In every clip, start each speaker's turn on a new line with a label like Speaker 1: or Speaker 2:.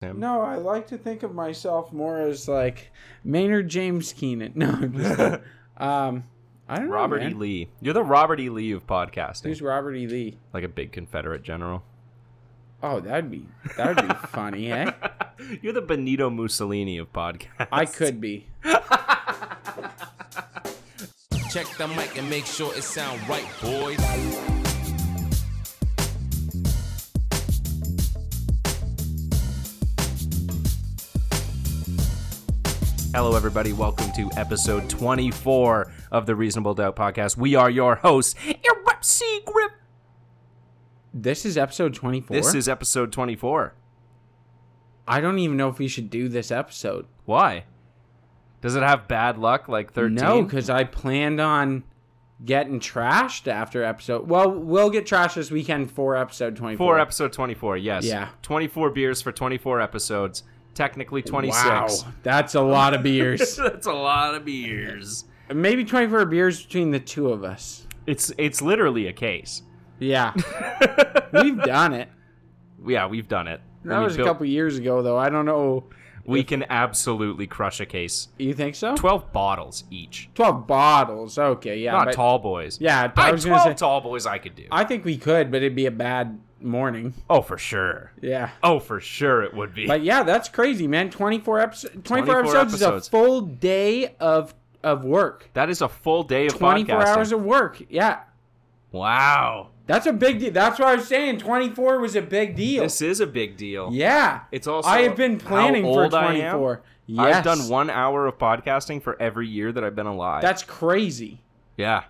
Speaker 1: Sam?
Speaker 2: No, I like to think of myself more as like Maynard James Keenan. No, I'm just kidding. um, I don't
Speaker 1: Robert
Speaker 2: know.
Speaker 1: E.
Speaker 2: man.
Speaker 1: Lee. You're the Robert E. Lee of podcasting.
Speaker 2: Who's Robert E. Lee?
Speaker 1: like a big Confederate general.
Speaker 2: Oh, that'd be that'd be funny, eh?
Speaker 1: You're the Benito Mussolini of podcasts.
Speaker 2: I could be.
Speaker 3: Check the mic and make sure it sound right, boys.
Speaker 1: Hello, everybody. Welcome to episode 24 of the Reasonable Doubt podcast. We are your hosts, Erupt C. Grip.
Speaker 2: This is episode twenty four.
Speaker 1: This is episode 24.
Speaker 2: I don't even know if we should do this episode.
Speaker 1: Why? Does it have bad luck like 13?
Speaker 2: No, because I planned on getting trashed after episode. Well, we'll get trashed this weekend for episode twenty four.
Speaker 1: For episode 24, yes.
Speaker 2: Yeah.
Speaker 1: 24 beers for 24 episodes. Technically 26.
Speaker 2: Wow, that's a lot of beers.
Speaker 1: That's a lot of beers.
Speaker 2: Maybe twenty four beers between the two of us.
Speaker 1: It's it's literally a case.
Speaker 2: Yeah, we've done it.
Speaker 1: Yeah, we've done it.
Speaker 2: That
Speaker 1: We
Speaker 2: was a
Speaker 1: built-
Speaker 2: couple years ago, though. I don't know.
Speaker 1: We can absolutely crush a case.
Speaker 2: You think so?
Speaker 1: 12 bottles each.
Speaker 2: 12 bottles. Okay, yeah.
Speaker 1: Not
Speaker 2: but-
Speaker 1: tall boys.
Speaker 2: Yeah, I
Speaker 1: I,
Speaker 2: was gonna
Speaker 1: 12
Speaker 2: say.
Speaker 1: tall boys I could do.
Speaker 2: I think we could, but it'd be a bad morning.
Speaker 1: oh, for sure.
Speaker 2: Yeah.
Speaker 1: Oh, for sure it would be.
Speaker 2: But yeah, that's crazy, man. 24 episodes 24,
Speaker 1: 24
Speaker 2: episodes,
Speaker 1: episodes.
Speaker 2: is a full day of of work.
Speaker 1: that is a full day of
Speaker 2: 24
Speaker 1: podcasting.
Speaker 2: hours of work. Yeah.
Speaker 1: wow.
Speaker 2: That's a big deal. That's what I was saying. 24 was a big deal.
Speaker 1: This is a big deal.
Speaker 2: yeah.
Speaker 1: It's also
Speaker 2: I have been
Speaker 1: how
Speaker 2: planning for
Speaker 1: old I am.
Speaker 2: 24. Yes.
Speaker 1: I've done one hour of podcasting for every year that I've been alive.
Speaker 2: That's crazy.
Speaker 1: yeah.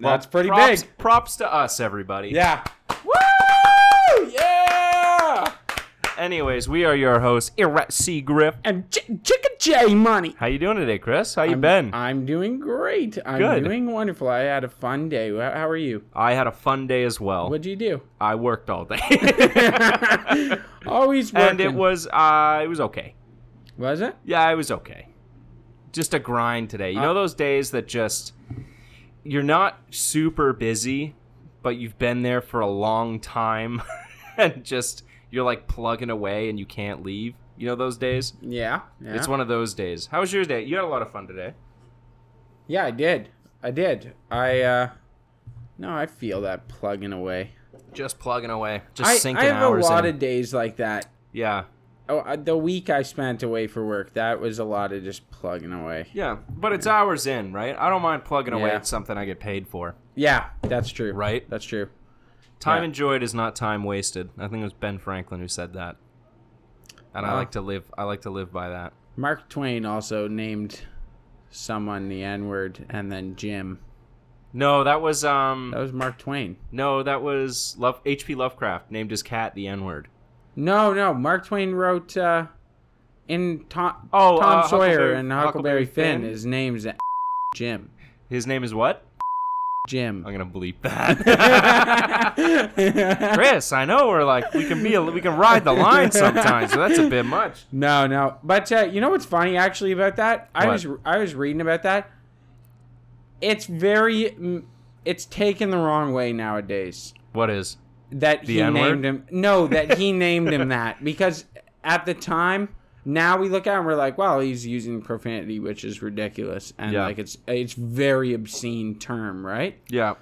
Speaker 2: that's pretty
Speaker 1: props,
Speaker 2: big.
Speaker 1: Props to us, everybody.
Speaker 2: Yeah.
Speaker 1: Woo!
Speaker 2: Yeah.
Speaker 1: Anyways, we are your hosts, Irat C. Griff.
Speaker 2: And Ch- Chicka J money.
Speaker 1: How you doing today, Chris? How you
Speaker 2: I'm-
Speaker 1: been?
Speaker 2: I'm doing great. I'm
Speaker 1: Good.
Speaker 2: doing wonderful. I had a fun day. Wh- How are you?
Speaker 1: I had a fun day as well.
Speaker 2: What'd you do?
Speaker 1: I worked all day.
Speaker 2: Always working.
Speaker 1: and it was uh it was okay.
Speaker 2: Was it?
Speaker 1: Yeah, it was okay. Just a grind today. You
Speaker 2: Uh,
Speaker 1: know those days that just you're not super busy, but you've been there for a long time and just you're like plugging away and you can't leave. You know those days?
Speaker 2: Yeah. Yeah.
Speaker 1: It's one of those days. How was your day? You had a lot of fun today.
Speaker 2: yeah, I did. I did. I uh No, I feel that plugging away.
Speaker 1: Just plugging away. Just
Speaker 2: I,
Speaker 1: sinking
Speaker 2: I have
Speaker 1: hours
Speaker 2: a lot
Speaker 1: in.
Speaker 2: of days like that.
Speaker 1: yeah.
Speaker 2: Oh, uh, the week I spent away for work, that was a lot of just plugging away.
Speaker 1: Yeah, but it's hours in, right? I don't mind plugging away
Speaker 2: Yeah.
Speaker 1: at something I get paid for.
Speaker 2: Yeah, that's true.
Speaker 1: Right?
Speaker 2: That's true.
Speaker 1: Time
Speaker 2: Yeah.
Speaker 1: enjoyed is not time wasted. I think it was Ben Franklin who said that. And I
Speaker 2: Wow.
Speaker 1: like to live I like to live by that.
Speaker 2: Mark Twain also named someone the N-word and then Jim.
Speaker 1: No, that was um
Speaker 2: That was Mark Twain.
Speaker 1: no, that was Love HP Lovecraft named his cat the N-word.
Speaker 2: No, no. Mark Twain wrote uh, in Tom,
Speaker 1: Oh,
Speaker 2: Tom
Speaker 1: uh,
Speaker 2: Sawyer
Speaker 1: Huckleberry-
Speaker 2: and Huckleberry,
Speaker 1: Huckleberry
Speaker 2: Finn,
Speaker 1: Finn.
Speaker 2: His name's Jim.
Speaker 1: His name is what?
Speaker 2: Jim.
Speaker 1: I'm going to bleep that. Chris, I know we're like we can be a, we can ride the line sometimes, so that's a bit much.
Speaker 2: no, no. But uh, you know what's funny actually about that? I
Speaker 1: What?
Speaker 2: was I was reading about that. It's very mm, it's taken the wrong way nowadays.
Speaker 1: What is?
Speaker 2: that
Speaker 1: The
Speaker 2: he
Speaker 1: N-word?
Speaker 2: named him. No, that he named him that because at the time, now we look at him, we're like, wow, he's using profanity, which is ridiculous, and
Speaker 1: Yeah.
Speaker 2: like it's it's very obscene term, right?
Speaker 1: Yeah.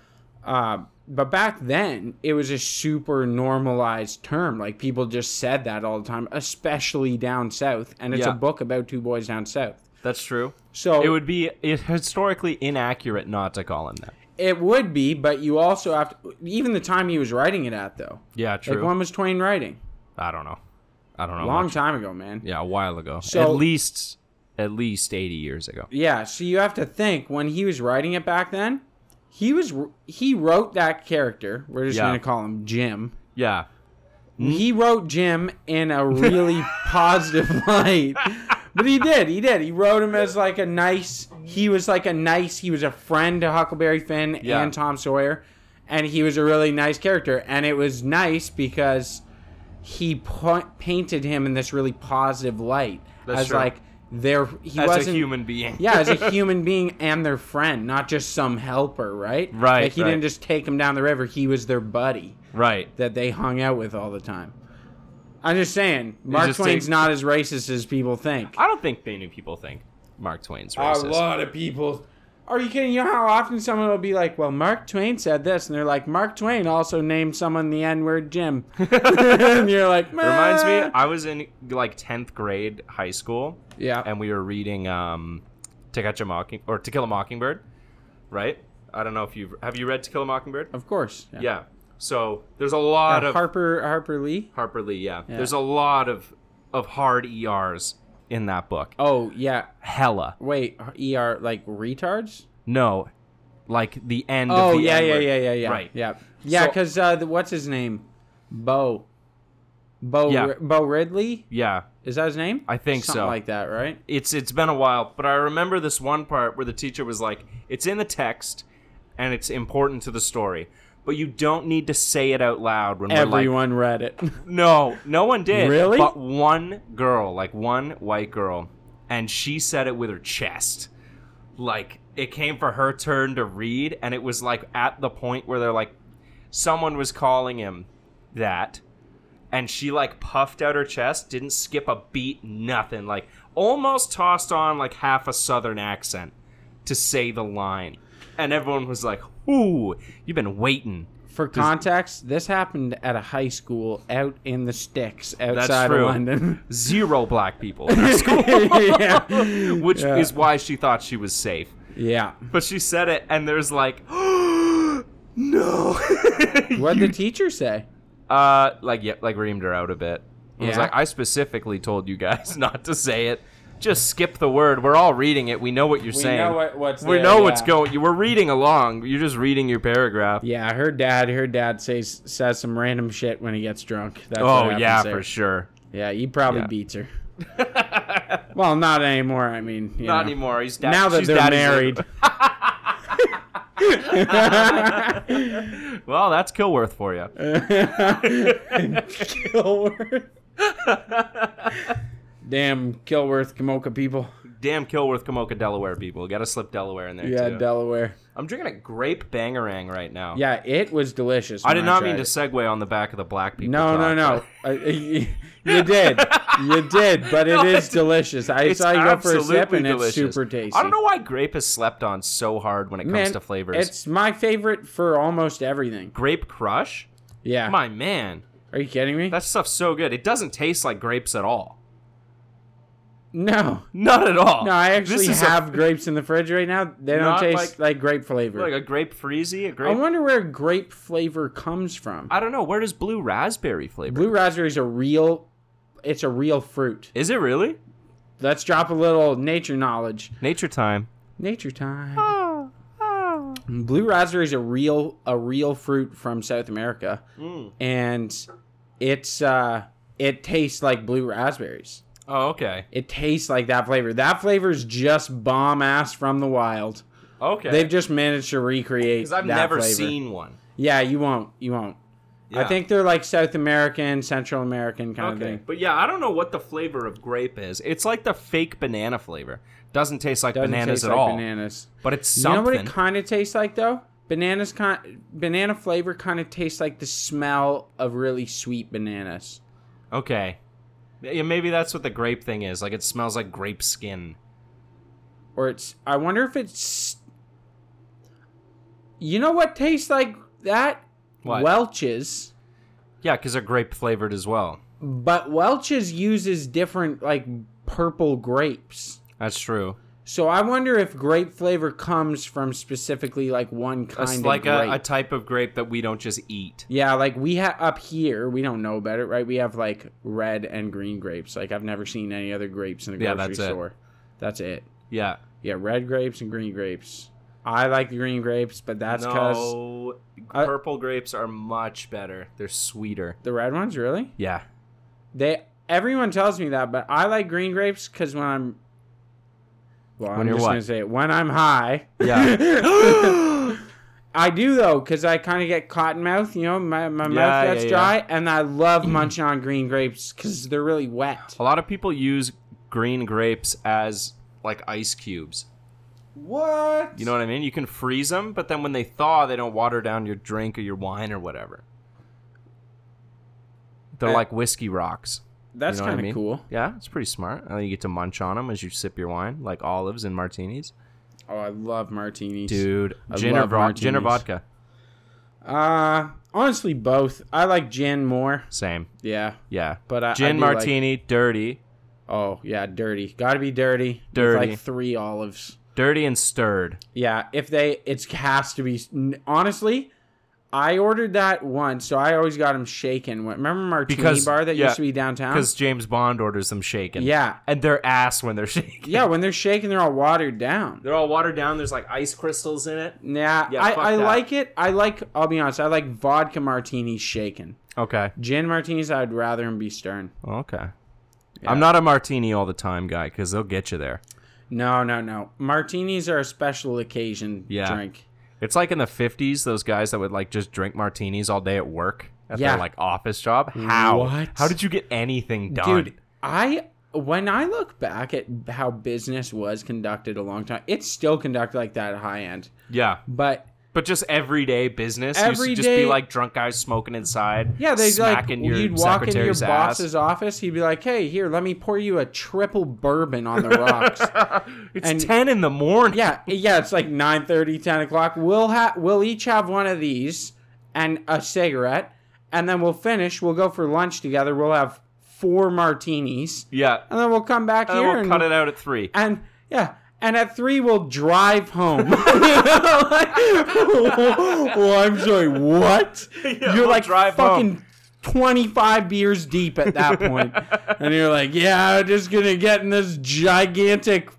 Speaker 2: Uh, but back then, it was a super normalized term. Like people just said that all the time, especially down south, and it's
Speaker 1: Yeah.
Speaker 2: a book about two boys down south.
Speaker 1: That's true.
Speaker 2: So
Speaker 1: It would be it's historically inaccurate not to call him that.
Speaker 2: it would be, but you also have to. Even the time he was writing it at, though,
Speaker 1: Yeah,
Speaker 2: like when was Twain writing?
Speaker 1: I don't know. I don't know.
Speaker 2: Long
Speaker 1: much.
Speaker 2: time ago, man.
Speaker 1: Yeah, a while ago.
Speaker 2: So-
Speaker 1: at least at least 80 years ago.
Speaker 2: Yeah, so you have to think when he was writing it back then, he was he wrote that character. We're just
Speaker 1: Yeah. Hmm?
Speaker 2: gonna call him Jim.
Speaker 1: Yeah.
Speaker 2: He wrote Jim in a really positive light. But he did, he did. He wrote him as like a nice he was like a nice he was a friend to Huckleberry Finn
Speaker 1: Yeah.
Speaker 2: and Tom Sawyer. And he was a really nice character. And it was nice because he pa- painted him in this really positive light.
Speaker 1: That's
Speaker 2: as
Speaker 1: true.
Speaker 2: like there he
Speaker 1: As a
Speaker 2: wasn't
Speaker 1: human being.
Speaker 2: yeah, as a human being and their friend, not just some helper, right?
Speaker 1: Right,
Speaker 2: Like he
Speaker 1: right.
Speaker 2: didn't just take him down the river; he was their buddy
Speaker 1: Right.
Speaker 2: that they hung out with all the time. I'm just saying, Mark
Speaker 1: just
Speaker 2: Twain's
Speaker 1: take-
Speaker 2: not as racist as people think.
Speaker 1: I don't think many people think Mark Twain's
Speaker 2: A
Speaker 1: racist.
Speaker 2: lot of people. Are you kidding? You know how often someone will be like, "Well, Mark Twain said this," and they're like, "Mark Twain also named someone the N-word Jim," and you're like,
Speaker 1: Reminds me,
Speaker 2: "Meh."
Speaker 1: I was in like tenth grade high school,
Speaker 2: yeah,
Speaker 1: and we were reading um, To Catch a Mocking or To Kill a Mockingbird, right? I don't know if you've have you read To Kill a Mockingbird?
Speaker 2: of course, Uh,
Speaker 1: Yeah. So there's a lot of
Speaker 2: Harper Harper Lee.
Speaker 1: Harper Lee. Yeah.
Speaker 2: Yeah.
Speaker 1: There's a lot of of hard ers in that book.
Speaker 2: Oh yeah,
Speaker 1: Hella.
Speaker 2: wait, er like retards.
Speaker 1: No, like the end.
Speaker 2: Oh
Speaker 1: of the
Speaker 2: yeah, yeah,
Speaker 1: N-word.
Speaker 2: yeah, yeah, yeah,
Speaker 1: Right.
Speaker 2: yeah, yeah.
Speaker 1: So-
Speaker 2: Because uh, the- what's his name? Bo. Bo.
Speaker 1: Yeah.
Speaker 2: Ri- Bo Ridley
Speaker 1: Yeah.
Speaker 2: is that his name?
Speaker 1: I think
Speaker 2: Something
Speaker 1: so.
Speaker 2: like that, right?
Speaker 1: it's it's been a while, but I remember this one part where the teacher was like, "It's in the text, and it's important to the story, but you don't need to say it out loud." When we're like,
Speaker 2: Everyone read it.
Speaker 1: "No, no one did."
Speaker 2: Really?
Speaker 1: But one girl, like one white girl, and she said it with her chest, like it came for her turn to read, and it was like at the point where they're like, someone was calling him that and she like puffed out her chest, didn't skip a beat, nothing. Like almost tossed on like half a southern accent to say the line. And everyone was like, "Ooh, you've been waiting."
Speaker 2: For context, this happened at a high school out in the sticks
Speaker 1: That's
Speaker 2: outside of
Speaker 1: true.
Speaker 2: London.
Speaker 1: Zero black people in our school,
Speaker 2: yeah.
Speaker 1: which
Speaker 2: Yeah.
Speaker 1: is why she thought she was safe.
Speaker 2: yeah.
Speaker 1: But she said it and there's like, "No."
Speaker 2: What did the teacher say?
Speaker 1: uh like yeah, like reamed her out a bit. I was
Speaker 2: Yeah.
Speaker 1: like, "I specifically told you guys not to say it." Just skip the word. We're all reading it. We know what you're saying.
Speaker 2: what's
Speaker 1: We know what's going. You were reading along. You're just reading your paragraph.
Speaker 2: Yeah, her dad, her dad says says some random shit when he gets drunk. That's what
Speaker 1: oh
Speaker 2: happens
Speaker 1: yeah,
Speaker 2: there.
Speaker 1: for sure.
Speaker 2: Yeah, he probably
Speaker 1: Yeah.
Speaker 2: beats her. well, not anymore. I mean, you
Speaker 1: Not
Speaker 2: know.
Speaker 1: anymore. He's dad-
Speaker 2: Now that
Speaker 1: she's
Speaker 2: they're
Speaker 1: daddy's
Speaker 2: married.
Speaker 1: like- well, that's Kilworth for you.
Speaker 2: Kilworth. Damn, Kilworth, Kamoka people.
Speaker 1: Damn Kilworth, Kamoka, Delaware people. Got to slip Delaware in there
Speaker 2: Yeah,
Speaker 1: too.
Speaker 2: Delaware.
Speaker 1: I'm drinking a grape bangerang right now.
Speaker 2: Yeah, it was delicious.
Speaker 1: I
Speaker 2: when
Speaker 1: did not mean
Speaker 2: tried
Speaker 1: to
Speaker 2: it.
Speaker 1: segue on the back of the black people.
Speaker 2: No, no,
Speaker 1: talk,
Speaker 2: no.
Speaker 1: but
Speaker 2: Uh, you you did. You did, but it
Speaker 1: No,
Speaker 2: is
Speaker 1: it's-
Speaker 2: delicious. I
Speaker 1: It's
Speaker 2: saw you go for a
Speaker 1: absolutely
Speaker 2: sip and
Speaker 1: delicious.
Speaker 2: it's super tasty.
Speaker 1: I don't know why grape is slept on so hard when it comes
Speaker 2: Man,
Speaker 1: to flavors.
Speaker 2: It's my favorite for almost everything.
Speaker 1: grape crush.
Speaker 2: Yeah.
Speaker 1: My man,
Speaker 2: Are you kidding me?
Speaker 1: that stuff's so good. It doesn't taste like grapes at all.
Speaker 2: No.
Speaker 1: Not at all.
Speaker 2: No, I
Speaker 1: This
Speaker 2: actually
Speaker 1: is a-
Speaker 2: have grapes in the fridge right now. They don't
Speaker 1: Not
Speaker 2: taste like,
Speaker 1: like-
Speaker 2: grape flavor.
Speaker 1: like a grape freezy, a
Speaker 2: I
Speaker 1: grape. I,
Speaker 2: wonder where grape flavor comes from.
Speaker 1: don't know. Where does blue raspberry flavor?
Speaker 2: Blue raspberry is a real it's a real fruit.
Speaker 1: Is it really?
Speaker 2: Let's drop a little nature knowledge.
Speaker 1: Nature time.
Speaker 2: Nature time. Blue raspberry is a real a real fruit from South America,
Speaker 1: Hmm.
Speaker 2: and it's uh it tastes like blue raspberries.
Speaker 1: Oh, okay.
Speaker 2: It tastes like that flavor. That flavor is just bomb ass from the wild.
Speaker 1: Okay.
Speaker 2: They've just managed to recreate.
Speaker 1: Because I've
Speaker 2: that
Speaker 1: never
Speaker 2: flavor.
Speaker 1: seen one.
Speaker 2: Yeah, you won't. You won't. I
Speaker 1: Yeah.
Speaker 2: think they're like South American, Central American kind of
Speaker 1: Okay.
Speaker 2: thing.
Speaker 1: But yeah, I don't know what the flavor of grape is. It's like the fake banana flavor. Doesn't taste like
Speaker 2: Doesn't
Speaker 1: bananas
Speaker 2: taste
Speaker 1: at
Speaker 2: like
Speaker 1: all.
Speaker 2: Bananas.
Speaker 1: But it's
Speaker 2: You know
Speaker 1: something.
Speaker 2: what it kind of tastes like though? Bananas kind banana flavor kind of tastes like the smell of really sweet bananas.
Speaker 1: okay. Yeah, maybe that's what the grape thing is. Like it smells like grape skin.
Speaker 2: Or it's I wonder if it's You know what tastes like that?
Speaker 1: What?
Speaker 2: Welch's.
Speaker 1: Yeah, because they're grape flavored as well.
Speaker 2: But Welch's uses different like purple grapes.
Speaker 1: That's true.
Speaker 2: So I wonder if grape flavor comes from specifically like one kind
Speaker 1: It's
Speaker 2: of
Speaker 1: like
Speaker 2: grape.
Speaker 1: a, a type of grape that we don't just eat.
Speaker 2: Yeah, like we have up here, we don't know about it, right? We have like red and green grapes. Like I've never seen any other grapes in a
Speaker 1: Yeah,
Speaker 2: grocery
Speaker 1: that's it.
Speaker 2: store. That's it.
Speaker 1: Yeah.
Speaker 2: Yeah, red grapes and green grapes. I like the green grapes, but that's because
Speaker 1: no,
Speaker 2: I-
Speaker 1: purple grapes are much better. They're sweeter.
Speaker 2: the red ones really.
Speaker 1: Yeah.
Speaker 2: They everyone tells me that, but I like green grapes because when I'm well, I'm
Speaker 1: you're
Speaker 2: just
Speaker 1: what?
Speaker 2: gonna say it when I'm high.
Speaker 1: Yeah.
Speaker 2: I do though, because I kind of get cotton mouth. You know, my my mouth
Speaker 1: Yeah,
Speaker 2: gets
Speaker 1: yeah, yeah.
Speaker 2: dry, and I love munching on green grapes because they're really wet.
Speaker 1: A lot of people use green grapes as like ice cubes.
Speaker 2: What?
Speaker 1: You know what I mean? You can freeze them, but then when they thaw, they don't water down your drink or your wine or whatever. They're
Speaker 2: I-
Speaker 1: like whiskey rocks.
Speaker 2: That's
Speaker 1: You know what I
Speaker 2: kind of
Speaker 1: mean?
Speaker 2: cool.
Speaker 1: Yeah, it's pretty smart. And then you get to munch on them as you sip your wine, like olives and martinis.
Speaker 2: Oh, I love martinis.
Speaker 1: Dude,
Speaker 2: I
Speaker 1: gin or,
Speaker 2: love
Speaker 1: vo- gin or
Speaker 2: martinis.
Speaker 1: vodka?
Speaker 2: Uh, honestly, both. I like gin more.
Speaker 1: Same.
Speaker 2: Yeah,
Speaker 1: Yeah.
Speaker 2: but I I
Speaker 1: gin
Speaker 2: do like-
Speaker 1: martini, dirty,
Speaker 2: oh yeah, dirty. Got to be dirty. with,
Speaker 1: Dirty.
Speaker 2: like three olives.
Speaker 1: dirty and stirred.
Speaker 2: Yeah, if they, it's has to be. Honestly, I ordered that once, so I always got them shaken. Remember Martini
Speaker 1: Because-
Speaker 2: Bar that
Speaker 1: yeah,
Speaker 2: used to be downtown?
Speaker 1: Because James Bond orders them shaken.
Speaker 2: Yeah.
Speaker 1: And their ass when they're shaken.
Speaker 2: Yeah, when they're shaken, they're all watered down.
Speaker 1: They're all watered down. There's like ice crystals in it.
Speaker 2: Yeah,
Speaker 1: Yeah,
Speaker 2: I,
Speaker 1: fuck
Speaker 2: I
Speaker 1: that.
Speaker 2: like it. I like. I'll be honest. I like vodka martinis shaken.
Speaker 1: Okay.
Speaker 2: Gin martinis, I'd rather them be stern.
Speaker 1: Oh, Okay.
Speaker 2: Yeah.
Speaker 1: I'm not a martini all the time guy because they'll get you there.
Speaker 2: No, no, no. Martinis are a special occasion
Speaker 1: Yeah.
Speaker 2: drink.
Speaker 1: It's like in the 50s, those guys that would like just drink martinis all day at work at
Speaker 2: Yeah.
Speaker 1: their like office job. How?
Speaker 2: What?
Speaker 1: How did you get anything done?
Speaker 2: Dude, I when I look back at how business was conducted a long time, it's still conducted like that at high end.
Speaker 1: Yeah.
Speaker 2: But
Speaker 1: But just everyday business. Every
Speaker 2: Every
Speaker 1: used to just
Speaker 2: day-
Speaker 1: be like drunk guys smoking inside.
Speaker 2: yeah, they like
Speaker 1: smacking your
Speaker 2: you'd walk into your
Speaker 1: secretary's ass.
Speaker 2: boss's office, he'd be like, "Hey, here, let me pour you a triple bourbon on the rocks."
Speaker 1: It's
Speaker 2: and-
Speaker 1: 10 in the morning.
Speaker 2: yeah, yeah, it's like 9:30, 10 o'clock. We'll ha- we'll each have one of these and a cigarette, and then we'll finish. We'll go for lunch together. We'll have four martinis,
Speaker 1: Yeah.
Speaker 2: and then we'll come back
Speaker 1: And
Speaker 2: here
Speaker 1: we'll
Speaker 2: and
Speaker 1: cut it out at three.
Speaker 2: and yeah and at three we'll drive home well i'm sorry what you're
Speaker 1: we'll
Speaker 2: like
Speaker 1: drive
Speaker 2: fucking
Speaker 1: home.
Speaker 2: 25 beers deep at that point and you're like yeah i'm just gonna get in this gigantic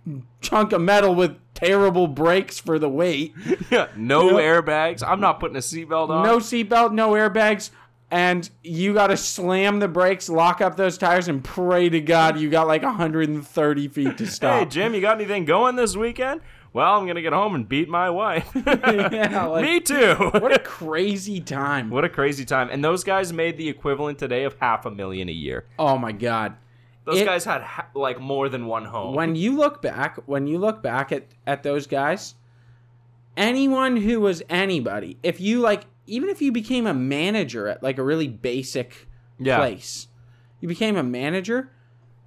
Speaker 2: chunk of metal with terrible brakes for the weight
Speaker 1: Yeah. No
Speaker 2: know-
Speaker 1: airbags. I'm not putting a seatbelt on.
Speaker 2: no seatbelt no airbags and you gotta slam the brakes lock up those tires and pray to god you got like 130 feet to stop
Speaker 1: Hey, Jim, you got anything going this weekend? Well, I'm going to get home and beat my wife.
Speaker 2: Yeah, like-
Speaker 1: Me too.
Speaker 2: what a crazy time.
Speaker 1: What a crazy time. And those guys made the equivalent today of half a million a year.
Speaker 2: Oh my god.
Speaker 1: Those
Speaker 2: It-
Speaker 1: guys had ha- like more than one home.
Speaker 2: When you look back, when you look back at at those guys, anyone who was anybody, if you like even if you became a manager at like a really basic
Speaker 1: yeah.
Speaker 2: place, you became a manager,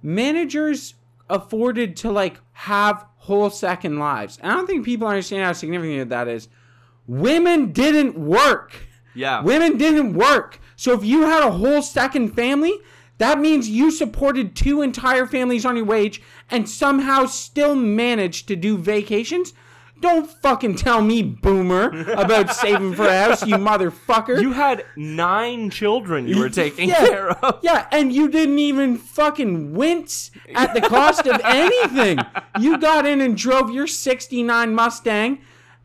Speaker 2: managers afforded to like have whole second lives. And I don't think people understand how significant that is. Women didn't work.
Speaker 1: Yeah.
Speaker 2: Women didn't work. So if you had a whole second family, that means you supported two entire families on your wage and somehow still managed to do vacations. Don't fucking tell me, boomer, about saving for a house, you motherfucker.
Speaker 1: you had nine children you were taking
Speaker 2: Yeah.
Speaker 1: care of.
Speaker 2: Yeah, and you didn't even fucking wince at the cost of anything. You got in and drove your 69 Mustang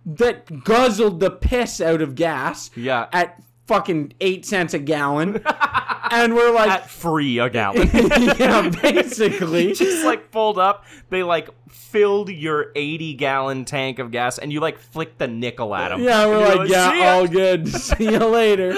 Speaker 2: that guzzled the piss out of gas
Speaker 1: Yeah.
Speaker 2: at fucking 8 cents a gallon. and we're like,
Speaker 1: At free a gallon.
Speaker 2: yeah, basically.
Speaker 1: just like pulled up. They like filled your 80 gallon tank of gas and you like flicked the nickel at them.
Speaker 2: Yeah, we're
Speaker 1: And you're
Speaker 2: like, yeah, oh,
Speaker 1: "See ya."
Speaker 2: all good. See you later.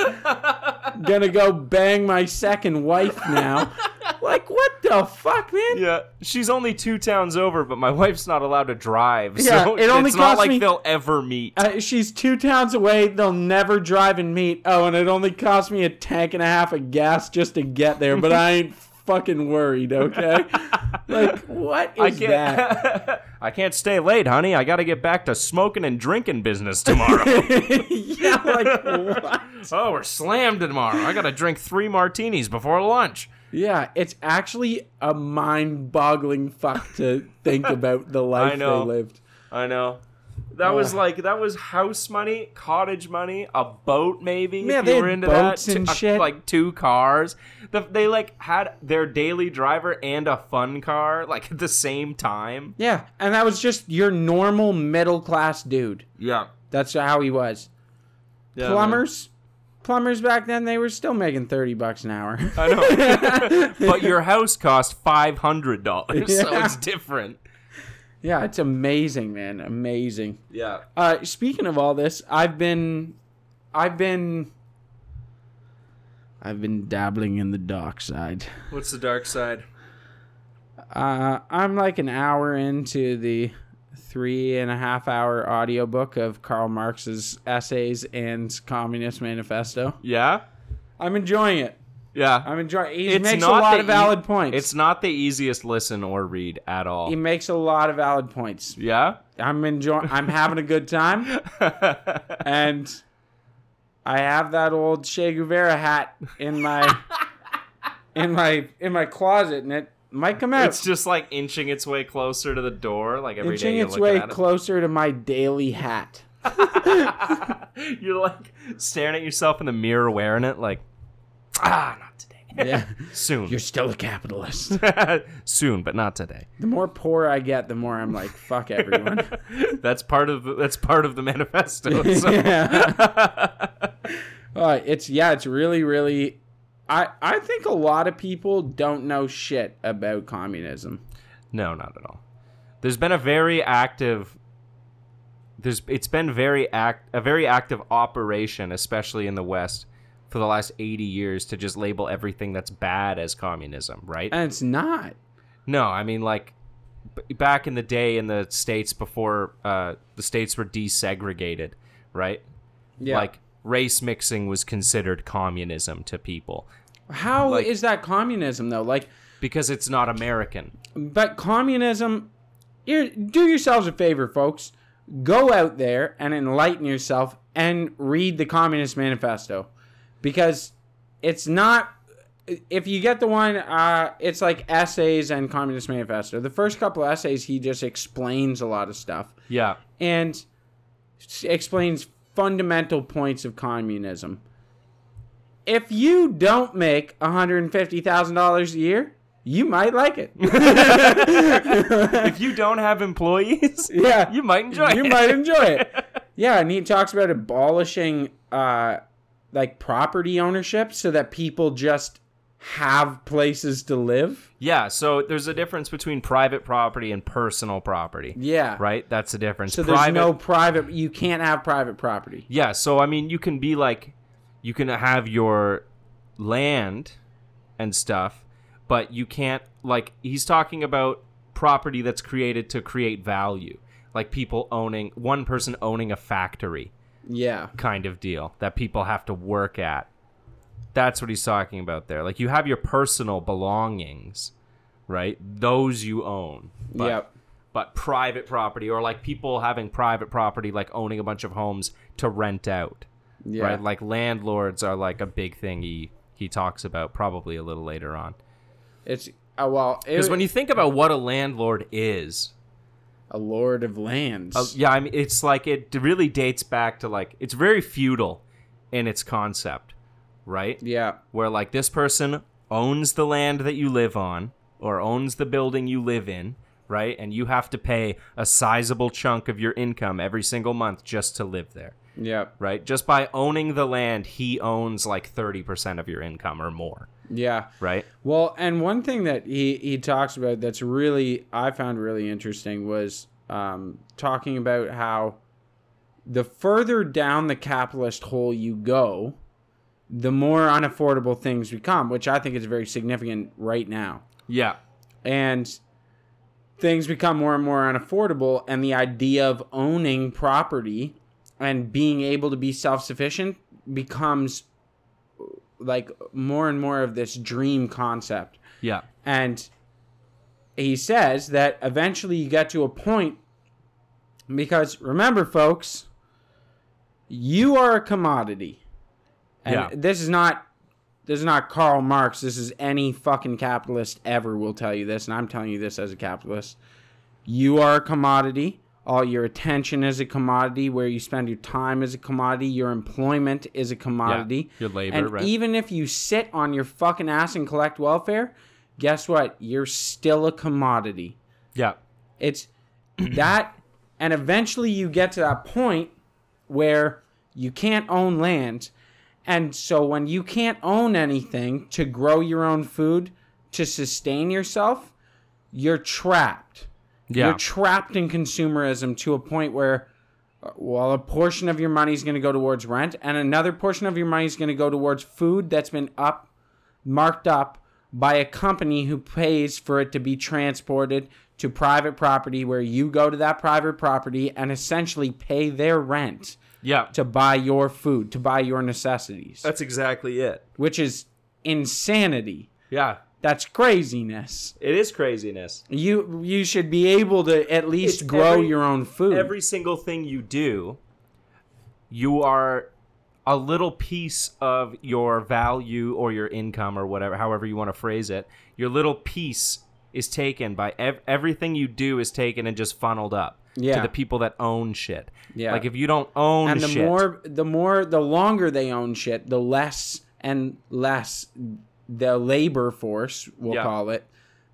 Speaker 2: Gonna go bang my second wife now. like, what the fuck, man?
Speaker 1: Yeah, she's only two towns over, but my wife's not allowed to drive.
Speaker 2: Yeah,
Speaker 1: so
Speaker 2: it only
Speaker 1: it's not
Speaker 2: cost
Speaker 1: like
Speaker 2: me-
Speaker 1: they'll ever meet.
Speaker 2: Uh, she's two towns away. They'll never drive and meet. Oh, and it only cost me a tank and a half of gas just to get there, but I ain't fucking worried, okay? Like, what
Speaker 1: I
Speaker 2: is that?
Speaker 1: can't. I can't stay late, honey. I got to get back to smoking and drinking business tomorrow.
Speaker 2: yeah, like, what?
Speaker 1: oh, we're slammed tomorrow. I got to drink three martinis before lunch.
Speaker 2: Yeah, it's actually a mind boggling fuck to think about the life they
Speaker 1: know.
Speaker 2: lived.
Speaker 1: I know. That was
Speaker 2: Ugh.
Speaker 1: like that was house money, cottage money, a boat maybe.
Speaker 2: Yeah,
Speaker 1: if
Speaker 2: they
Speaker 1: you were
Speaker 2: had
Speaker 1: into
Speaker 2: boats
Speaker 1: that,
Speaker 2: and
Speaker 1: Two- uh,
Speaker 2: shit.
Speaker 1: like two cars. The, they like had their daily driver and a fun car like at the same time.
Speaker 2: Yeah, and that was just your normal middle class dude.
Speaker 1: Yeah,
Speaker 2: That's how he was.
Speaker 1: Yeah, man.
Speaker 2: Plumbers, plumbers back then, they were still making 30 bucks an hour.
Speaker 1: I know. but your house cost five hundred dollars, so
Speaker 2: Yeah.
Speaker 1: it's different.
Speaker 2: Yeah, it's amazing, man. Amazing.
Speaker 1: Yeah.
Speaker 2: Uh, speaking of all this, I've been, I've been, I've been dabbling in the dark side.
Speaker 1: What's the dark side?
Speaker 2: Uh, I'm like an hour into the three and a half hour audiobook of Karl Marx's essays and Communist Manifesto.
Speaker 1: Yeah.
Speaker 2: I'm enjoying it.
Speaker 1: Yeah.
Speaker 2: I'm enjoying. He
Speaker 1: It's
Speaker 2: makes a
Speaker 1: not
Speaker 2: lot
Speaker 1: the
Speaker 2: of valid
Speaker 1: ea-
Speaker 2: points.
Speaker 1: It's not the easiest listen or read at all.
Speaker 2: he makes a lot of valid points.
Speaker 1: Yeah?
Speaker 2: I'm enjoying. I'm having a good time, and I have that old Che Guevara hat in my in my in my closet, and it might come out.
Speaker 1: it's just like inching its way closer to the door, like every
Speaker 2: inching
Speaker 1: day you're
Speaker 2: its
Speaker 1: looking
Speaker 2: way
Speaker 1: at it.
Speaker 2: closer to my daily hat.
Speaker 1: You're like staring at yourself in the mirror wearing it, like, ah, not today.
Speaker 2: Yeah,
Speaker 1: Soon.
Speaker 2: you're still a capitalist.
Speaker 1: Soon, but not today.
Speaker 2: The more poor I get, the more I'm like, fuck everyone.
Speaker 1: That's part of that's part of the manifesto. So.
Speaker 2: yeah. uh, it's yeah, it's really, really. I I think a lot of people don't know shit about communism.
Speaker 1: no, not at all. There's been a very active there's it's been very act a very active operation, especially in the West, for the last eighty years to just label everything that's bad as communism, right?
Speaker 2: And it's not.
Speaker 1: No, I mean like b- back in the day in the states before uh, the states were desegregated, right?
Speaker 2: Yeah.
Speaker 1: Like race mixing was considered communism to people
Speaker 2: how is
Speaker 1: like-
Speaker 2: that communism though? Like,
Speaker 1: because it's not American.
Speaker 2: but communism. Here, do yourselves a favor, folks. Go out there and enlighten yourself and read the Communist Manifesto, because it's not. If you get the one, uh, it's like essays and Communist Manifesto. The first couple essays, he just explains a lot of stuff.
Speaker 1: Yeah.
Speaker 2: and s- explains fundamental points of communism. If you don't make $150,000 a year, you might like it.
Speaker 1: if you don't have employees,
Speaker 2: yeah.
Speaker 1: you might enjoy
Speaker 2: You
Speaker 1: it.
Speaker 2: might enjoy it. Yeah, and he talks about abolishing uh like property ownership so that people just have places to live.
Speaker 1: Yeah, so there's a difference between private property and personal property.
Speaker 2: Yeah.
Speaker 1: Right? That's the difference.
Speaker 2: So there's no private you can't have private property.
Speaker 1: Yeah, so I mean, you can be like, you can have your land and stuff, but you can't like. He's talking about property that's created to create value, like people owning one person owning a factory
Speaker 2: Yeah.
Speaker 1: kind of deal that people have to work at. That's what he's talking about there. Like you have your personal belongings, right? Those you own. But
Speaker 2: yep.
Speaker 1: but private property or like people having private property like owning a bunch of homes to rent out
Speaker 2: Yeah.
Speaker 1: right like landlords are like a big thing he he talks about probably a little later on
Speaker 2: It's uh, well, it,
Speaker 1: because when you think about what a landlord is
Speaker 2: a lord of lands.
Speaker 1: uh, yeah i mean it's like it really dates back to like it's very feudal in its concept right
Speaker 2: yeah,
Speaker 1: where like this person owns the land that you live on or owns the building you live in, right? And you have to pay a sizable chunk of your income every single month just to live there,
Speaker 2: yeah,
Speaker 1: right? Just by owning the land, he owns like 30% of your income or more,
Speaker 2: yeah.
Speaker 1: right?
Speaker 2: Well, and one thing that he he talks about that's really I found really interesting was um, talking about how the further down the capitalist hole you go, the more unaffordable things become, which I think is very significant right now.
Speaker 1: Yeah.
Speaker 2: and things become more and more unaffordable and the idea of owning property and being able to be self-sufficient becomes like more and more of this dream concept
Speaker 1: Yeah.
Speaker 2: and he says that eventually you get to a point because remember folks you are a commodity and
Speaker 1: Yeah.
Speaker 2: this is not this is not Karl Marx. This is any fucking capitalist ever will tell you this, and I'm telling you this as a capitalist. You are a commodity. All your attention is a commodity. Where you spend your time is a commodity. Your employment is a commodity.
Speaker 1: Your labor,
Speaker 2: and
Speaker 1: right.
Speaker 2: even if you sit on your fucking ass and collect welfare, guess what? You're still a commodity.
Speaker 1: Yeah.
Speaker 2: It's that, and eventually you get to that point where you can't own land. And so when you can't own anything to grow your own food, to sustain yourself, you're trapped.
Speaker 1: Yeah.
Speaker 2: You're trapped in consumerism to a point where, uh, well, a portion of your money is going to go towards rent, and another portion of your money is going to go towards food that's been up, marked up by a company who pays for it to be transported to private property, where you go to that private property and essentially pay their rent
Speaker 1: yeah.
Speaker 2: to buy your food, to buy your necessities,
Speaker 1: Uh, That's exactly it.
Speaker 2: which is insanity.
Speaker 1: Yeah,
Speaker 2: That's craziness.
Speaker 1: it is craziness.
Speaker 2: You you should be able to at least
Speaker 1: It's
Speaker 2: grow
Speaker 1: every-
Speaker 2: your own food.
Speaker 1: Every single thing you do, you are a little piece of your value or your income or whatever, however you want to phrase it. Your little piece is taken by ev- everything you do is taken and just funneled up
Speaker 2: Yeah.
Speaker 1: to the people that own shit.
Speaker 2: Yeah.
Speaker 1: Like if you don't own
Speaker 2: and the
Speaker 1: shit,
Speaker 2: more the more the longer they own shit, the less and less the labor force, we'll
Speaker 1: Yeah.
Speaker 2: call it,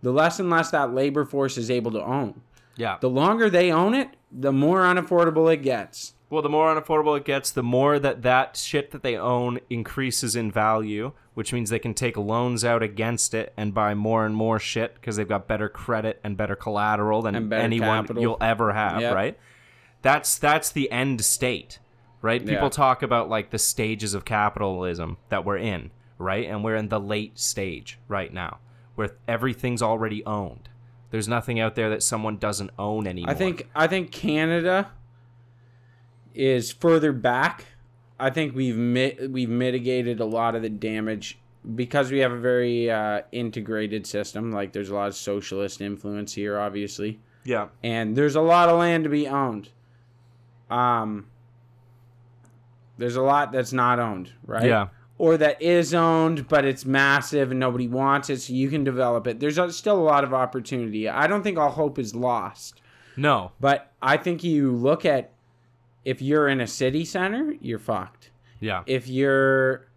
Speaker 2: the less and less that labor force is able to own.
Speaker 1: yeah.
Speaker 2: The longer they own it, the more unaffordable it gets.
Speaker 1: Well, the more unaffordable it gets, the more that that shit that they own increases in value, which means they can take loans out against it and buy more and more shit because they've got better credit and better collateral than
Speaker 2: And better
Speaker 1: anyone
Speaker 2: capital.
Speaker 1: you'll ever have,
Speaker 2: Yep.
Speaker 1: right? That's that's the end state, right?
Speaker 2: Yeah.
Speaker 1: People talk about like the stages of capitalism that we're in, right? And we're in the late stage right now, where everything's already owned. There's nothing out there that someone doesn't own anymore.
Speaker 2: I think I think Canada is further back. I think we've mi- we've mitigated a lot of the damage because we have a very uh, integrated system. Like there's a lot of socialist influence here, obviously,
Speaker 1: yeah,
Speaker 2: and there's a lot of land to be owned. Um, there's a lot that's not owned, right?
Speaker 1: Yeah.
Speaker 2: Or that is owned, but it's massive and nobody wants it, so you can develop it. There's a, still a lot of opportunity. I don't think all hope is lost.
Speaker 1: no,
Speaker 2: But I think you look at if you're in a city center, you're fucked.
Speaker 1: yeah,
Speaker 2: If you're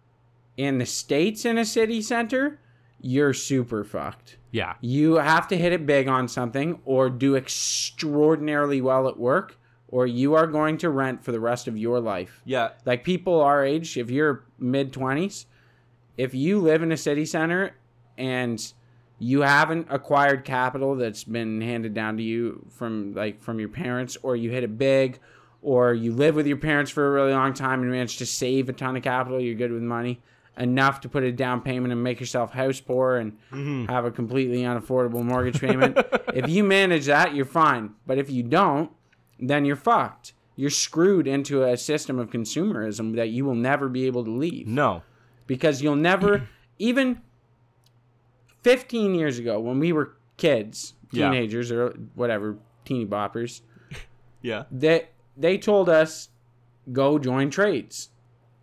Speaker 2: in the states in a city center, you're super fucked.
Speaker 1: yeah.
Speaker 2: You have to hit it big on something or do extraordinarily well at work or you are going to rent for the rest of your life.
Speaker 1: Yeah,
Speaker 2: Like people our age, if you're mid 20s, if you live in a city center and you haven't acquired capital that's been handed down to you from like from your parents or you hit it big or you live with your parents for a really long time and manage to save a ton of capital, you're good with money enough to put a down payment and make yourself house poor and have a completely unaffordable mortgage payment. if you manage that, you're fine. But if you don't, then you're fucked. You're screwed into a system of consumerism that you will never be able to leave
Speaker 1: no.
Speaker 2: because you'll never even 15 years ago when we were kids
Speaker 1: Yeah.
Speaker 2: teenagers or whatever teeny boppers
Speaker 1: Yeah.
Speaker 2: they they told us go join trades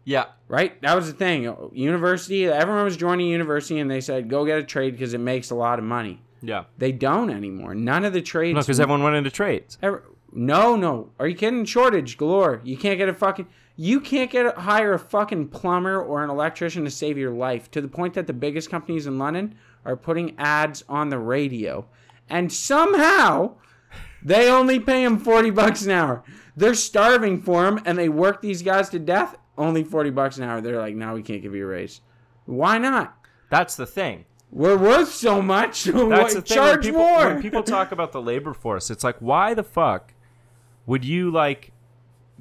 Speaker 1: Yeah.
Speaker 2: right that was the thing university everyone was joining university and they said go get a trade because it makes a lot of money
Speaker 1: Yeah.
Speaker 2: they don't anymore none of the trades
Speaker 1: No, because everyone went into trades.
Speaker 2: Ever- no, no. Are you kidding? Shortage galore. You can't get a fucking. You can't get a, hire a fucking plumber or an electrician to save your life. To the point that the biggest companies in London are putting ads on the radio, and somehow they only pay them forty bucks an hour. They're starving for them, and they work these guys to death. Only forty bucks an hour. They're like, no, we can't give you a raise. Why not?
Speaker 1: That's the thing.
Speaker 2: We're worth so much.
Speaker 1: That's the thing. when
Speaker 2: Charge
Speaker 1: people,
Speaker 2: more.
Speaker 1: When people talk about the labor force, it's like, why the fuck would you like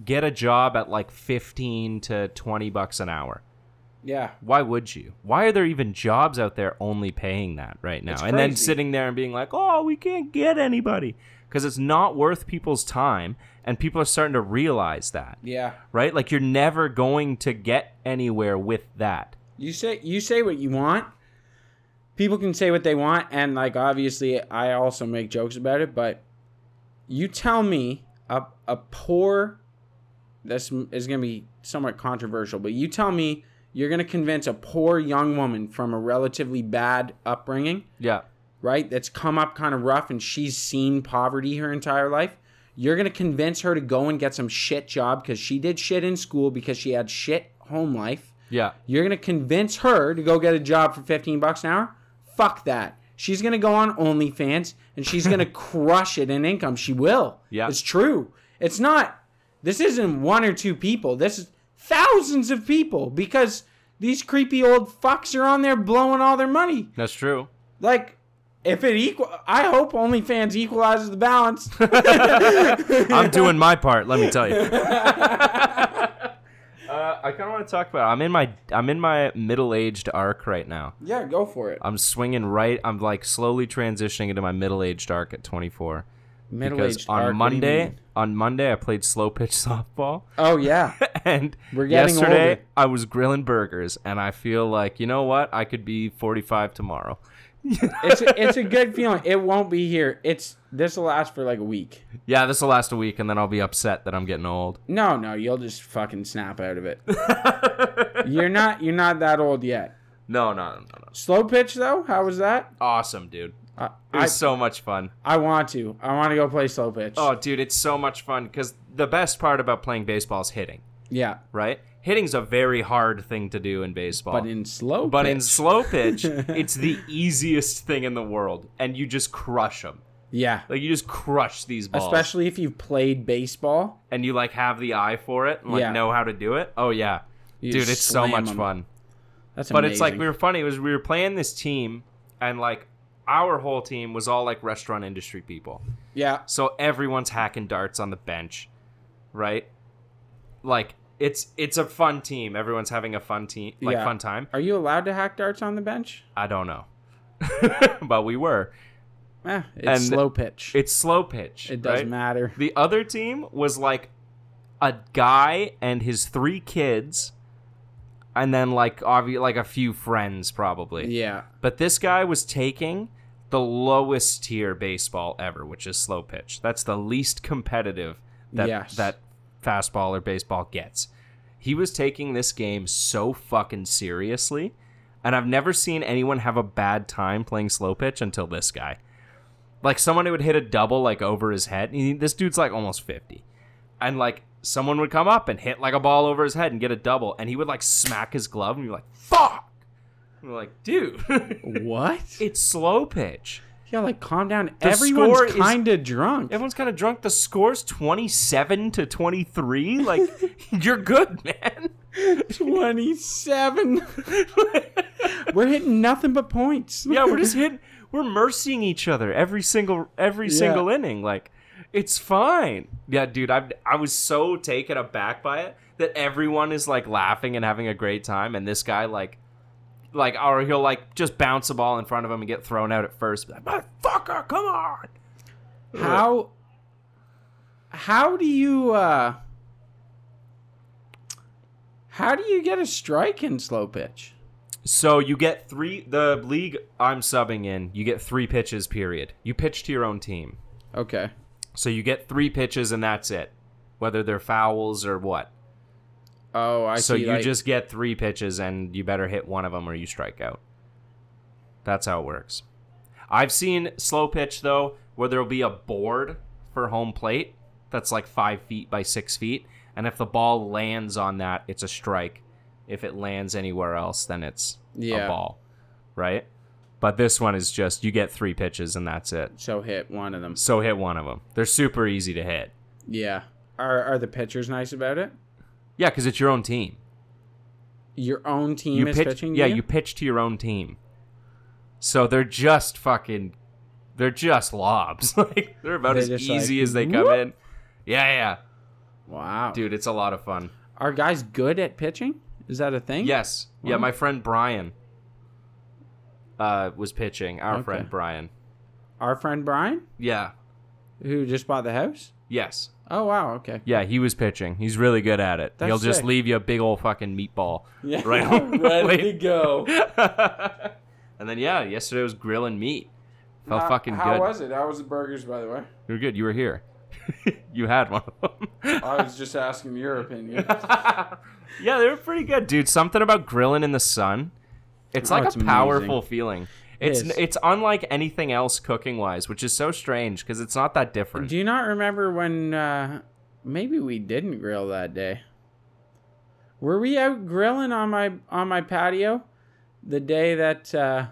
Speaker 1: get a job at like fifteen to twenty bucks an hour?
Speaker 2: yeah.
Speaker 1: Why would you? Why are there even jobs out there only paying that right now? and then
Speaker 2: crazy.
Speaker 1: sitting there and being like, "Oh, we can't get anybody." Because it's not worth people's time, and people are starting to realize that,
Speaker 2: Yeah.
Speaker 1: right? Like you're never going to get anywhere with that.
Speaker 2: You say you say what you want. People can say what they want, and like obviously, I also make jokes about it. But you tell me a a poor. This m- is gonna be somewhat controversial, but you tell me you're gonna convince a poor young woman from a relatively bad upbringing,
Speaker 1: Yeah.
Speaker 2: right? That's come up kind of rough, and she's seen poverty her entire life. You're gonna convince her to go and get some shit job because she did shit in school because she had shit home life.
Speaker 1: Yeah.
Speaker 2: You're gonna convince her to go get a job for 15 bucks an hour? Fuck that. She's gonna go on OnlyFans and she's gonna crush it in income. She will.
Speaker 1: Yeah.
Speaker 2: It's true. It's not. This isn't one or two people. This is thousands of people because these creepy old fucks are on there blowing all their money.
Speaker 1: That's true.
Speaker 2: Like, if it equal, I hope OnlyFans equalizes the balance.
Speaker 1: I'm doing my part. Let me tell you. uh, I kind of want to talk about. I'm in my I'm in my middle aged arc right now.
Speaker 2: yeah, go for it.
Speaker 1: I'm swinging right. I'm like slowly transitioning into my middle aged arc at 24. because
Speaker 2: Middle-aged
Speaker 1: on
Speaker 2: dark, what do you
Speaker 1: Monday,
Speaker 2: mean?
Speaker 1: on Monday I played slow pitch softball,
Speaker 2: Oh yeah.
Speaker 1: and
Speaker 2: We're getting
Speaker 1: yesterday
Speaker 2: older.
Speaker 1: I was grilling burgers, and I feel like you know what? I could be 45 tomorrow.
Speaker 2: it's a, it's a good feeling. It won't be here. It's this will last for like a week.
Speaker 1: Yeah, this will last a week, and then I'll be upset that I'm getting old.
Speaker 2: No, no, you'll just fucking snap out of it. you're not you're not that old yet.
Speaker 1: No, no, no, no. no.
Speaker 2: Slow pitch though, how was that?
Speaker 1: Awesome, dude.
Speaker 2: I
Speaker 1: It
Speaker 2: I,
Speaker 1: was so much fun.
Speaker 2: I want to. I want to go play slow pitch.
Speaker 1: Oh, dude, it's so much fun because the best part about playing baseball is hitting,
Speaker 2: yeah,
Speaker 1: right? Hitting's a very hard thing to do in baseball.
Speaker 2: but in slow.
Speaker 1: But
Speaker 2: pitch,
Speaker 1: in slow pitch, it's the easiest thing in the world, and you just crush them.
Speaker 2: yeah,
Speaker 1: Like you just crush these balls,
Speaker 2: especially if you've played baseball.
Speaker 1: and you like have the eye for it and like
Speaker 2: Yeah.
Speaker 1: know how to do it. Oh yeah,
Speaker 2: You
Speaker 1: dude,
Speaker 2: just
Speaker 1: it's so
Speaker 2: slam
Speaker 1: much
Speaker 2: 'em.
Speaker 1: fun.
Speaker 2: That's
Speaker 1: But
Speaker 2: amazing.
Speaker 1: it's like we were funny. It was we were playing this team, and like our whole team was all like restaurant industry people.
Speaker 2: yeah,
Speaker 1: So everyone's hacking darts on the bench, right? Like it's it's a fun team. Everyone's having a fun team, like
Speaker 2: Yeah.
Speaker 1: fun time.
Speaker 2: are you allowed to hack darts on the bench?
Speaker 1: I don't know, but we were.
Speaker 2: Eh, it's
Speaker 1: And
Speaker 2: slow pitch. It,
Speaker 1: It's slow pitch.
Speaker 2: doesn't
Speaker 1: right?
Speaker 2: matter.
Speaker 1: The other team was like a guy and his three kids, and then like obvi- like a few friends probably.
Speaker 2: Yeah,
Speaker 1: But this guy was taking the lowest tier baseball ever, which is slow pitch. That's the least competitive that
Speaker 2: Yes.
Speaker 1: that fastball or baseball gets. He was taking this game so fucking seriously, and I've never seen anyone have a bad time playing slow pitch until this guy. Like someone who would hit a double like over his head. He- This dude's like almost 50. And like someone would come up and hit like a ball over his head and get a double and he would like smack his glove and be like, "Fuck." And we're like, "Dude,
Speaker 2: what?
Speaker 1: it's slow pitch.
Speaker 2: yeah, like calm down.
Speaker 1: The score
Speaker 2: Everyone's
Speaker 1: is-
Speaker 2: kind of drunk.
Speaker 1: Everyone's kind of drunk. The score's 27 to 23. Like, you're good, man.
Speaker 2: 27. We're hitting nothing but points.
Speaker 1: Yeah, we're just hitting, we're mercying each other every single every single inning. Like, it's fine. Yeah, dude, I I was so taken aback by it that everyone is like laughing and having a great time, and this guy like, like, or he'll like just bounce a ball in front of him and get thrown out at first. Like, motherfucker, come on.
Speaker 2: How How do you uh How do you get a strike in slow pitch?
Speaker 1: So you get three. The league I'm subbing in, you get three pitches. Period. You pitch to your own team,
Speaker 2: Okay.
Speaker 1: so you get three pitches, and that's it. Whether they're fouls or what.
Speaker 2: Oh, I
Speaker 1: so
Speaker 2: see.
Speaker 1: you
Speaker 2: like-
Speaker 1: just get three pitches, and you better hit one of them or you strike out. That's how it works. I've seen slow pitch though, where there'll be a board for home plate that's like five feet by six feet, and if the ball lands on that, it's a strike. If it lands anywhere else, then it's
Speaker 2: Yeah.
Speaker 1: a ball, right? But this one is just you get three pitches and that's it.
Speaker 2: so hit one of them.
Speaker 1: So hit one of them. They're super easy to hit.
Speaker 2: Yeah. Are are the pitchers nice about it?
Speaker 1: Yeah, because it's your own team.
Speaker 2: Your own team is
Speaker 1: pitch,
Speaker 2: pitching
Speaker 1: yeah,
Speaker 2: to you?
Speaker 1: you pitch to your own team. So they're just fucking, they're just lobs. like they're about
Speaker 2: They're
Speaker 1: as
Speaker 2: just
Speaker 1: easy
Speaker 2: like,
Speaker 1: as they come
Speaker 2: whoop.
Speaker 1: in. Yeah, yeah,
Speaker 2: Wow.
Speaker 1: dude, it's a lot of fun.
Speaker 2: Are guys good at pitching? Is that a thing?
Speaker 1: Yes, yeah,
Speaker 2: Wow.
Speaker 1: my friend Brian uh, was pitching. Our
Speaker 2: Okay.
Speaker 1: friend Brian.
Speaker 2: Our friend Brian,
Speaker 1: Yeah.
Speaker 2: who just bought the house?
Speaker 1: Yes.
Speaker 2: Oh wow, okay.
Speaker 1: Yeah, he was pitching. He's really good at it.
Speaker 2: That's
Speaker 1: He'll just
Speaker 2: sick.
Speaker 1: leave you a big old fucking meatball.
Speaker 2: Yeah,
Speaker 1: Right on the
Speaker 2: ready to
Speaker 1: plate.
Speaker 2: go.
Speaker 1: and then yeah, yesterday was grilling meat. Felt
Speaker 2: How-
Speaker 1: fucking
Speaker 2: How
Speaker 1: good.
Speaker 2: was it? How was the burgers, by the way?
Speaker 1: you were good. You were here. you had one of them.
Speaker 2: I was just asking your opinion.
Speaker 1: yeah, they were pretty good, dude. Something about grilling in the sun. It's
Speaker 2: Oh,
Speaker 1: like
Speaker 2: it's
Speaker 1: a powerful
Speaker 2: amazing.
Speaker 1: feeling. It's
Speaker 2: is.
Speaker 1: it's unlike anything else cooking wise, which is so strange because it's not that different.
Speaker 2: Do you not remember when? Uh, maybe we didn't grill that day. Were we out grilling on my on my patio the day that uh,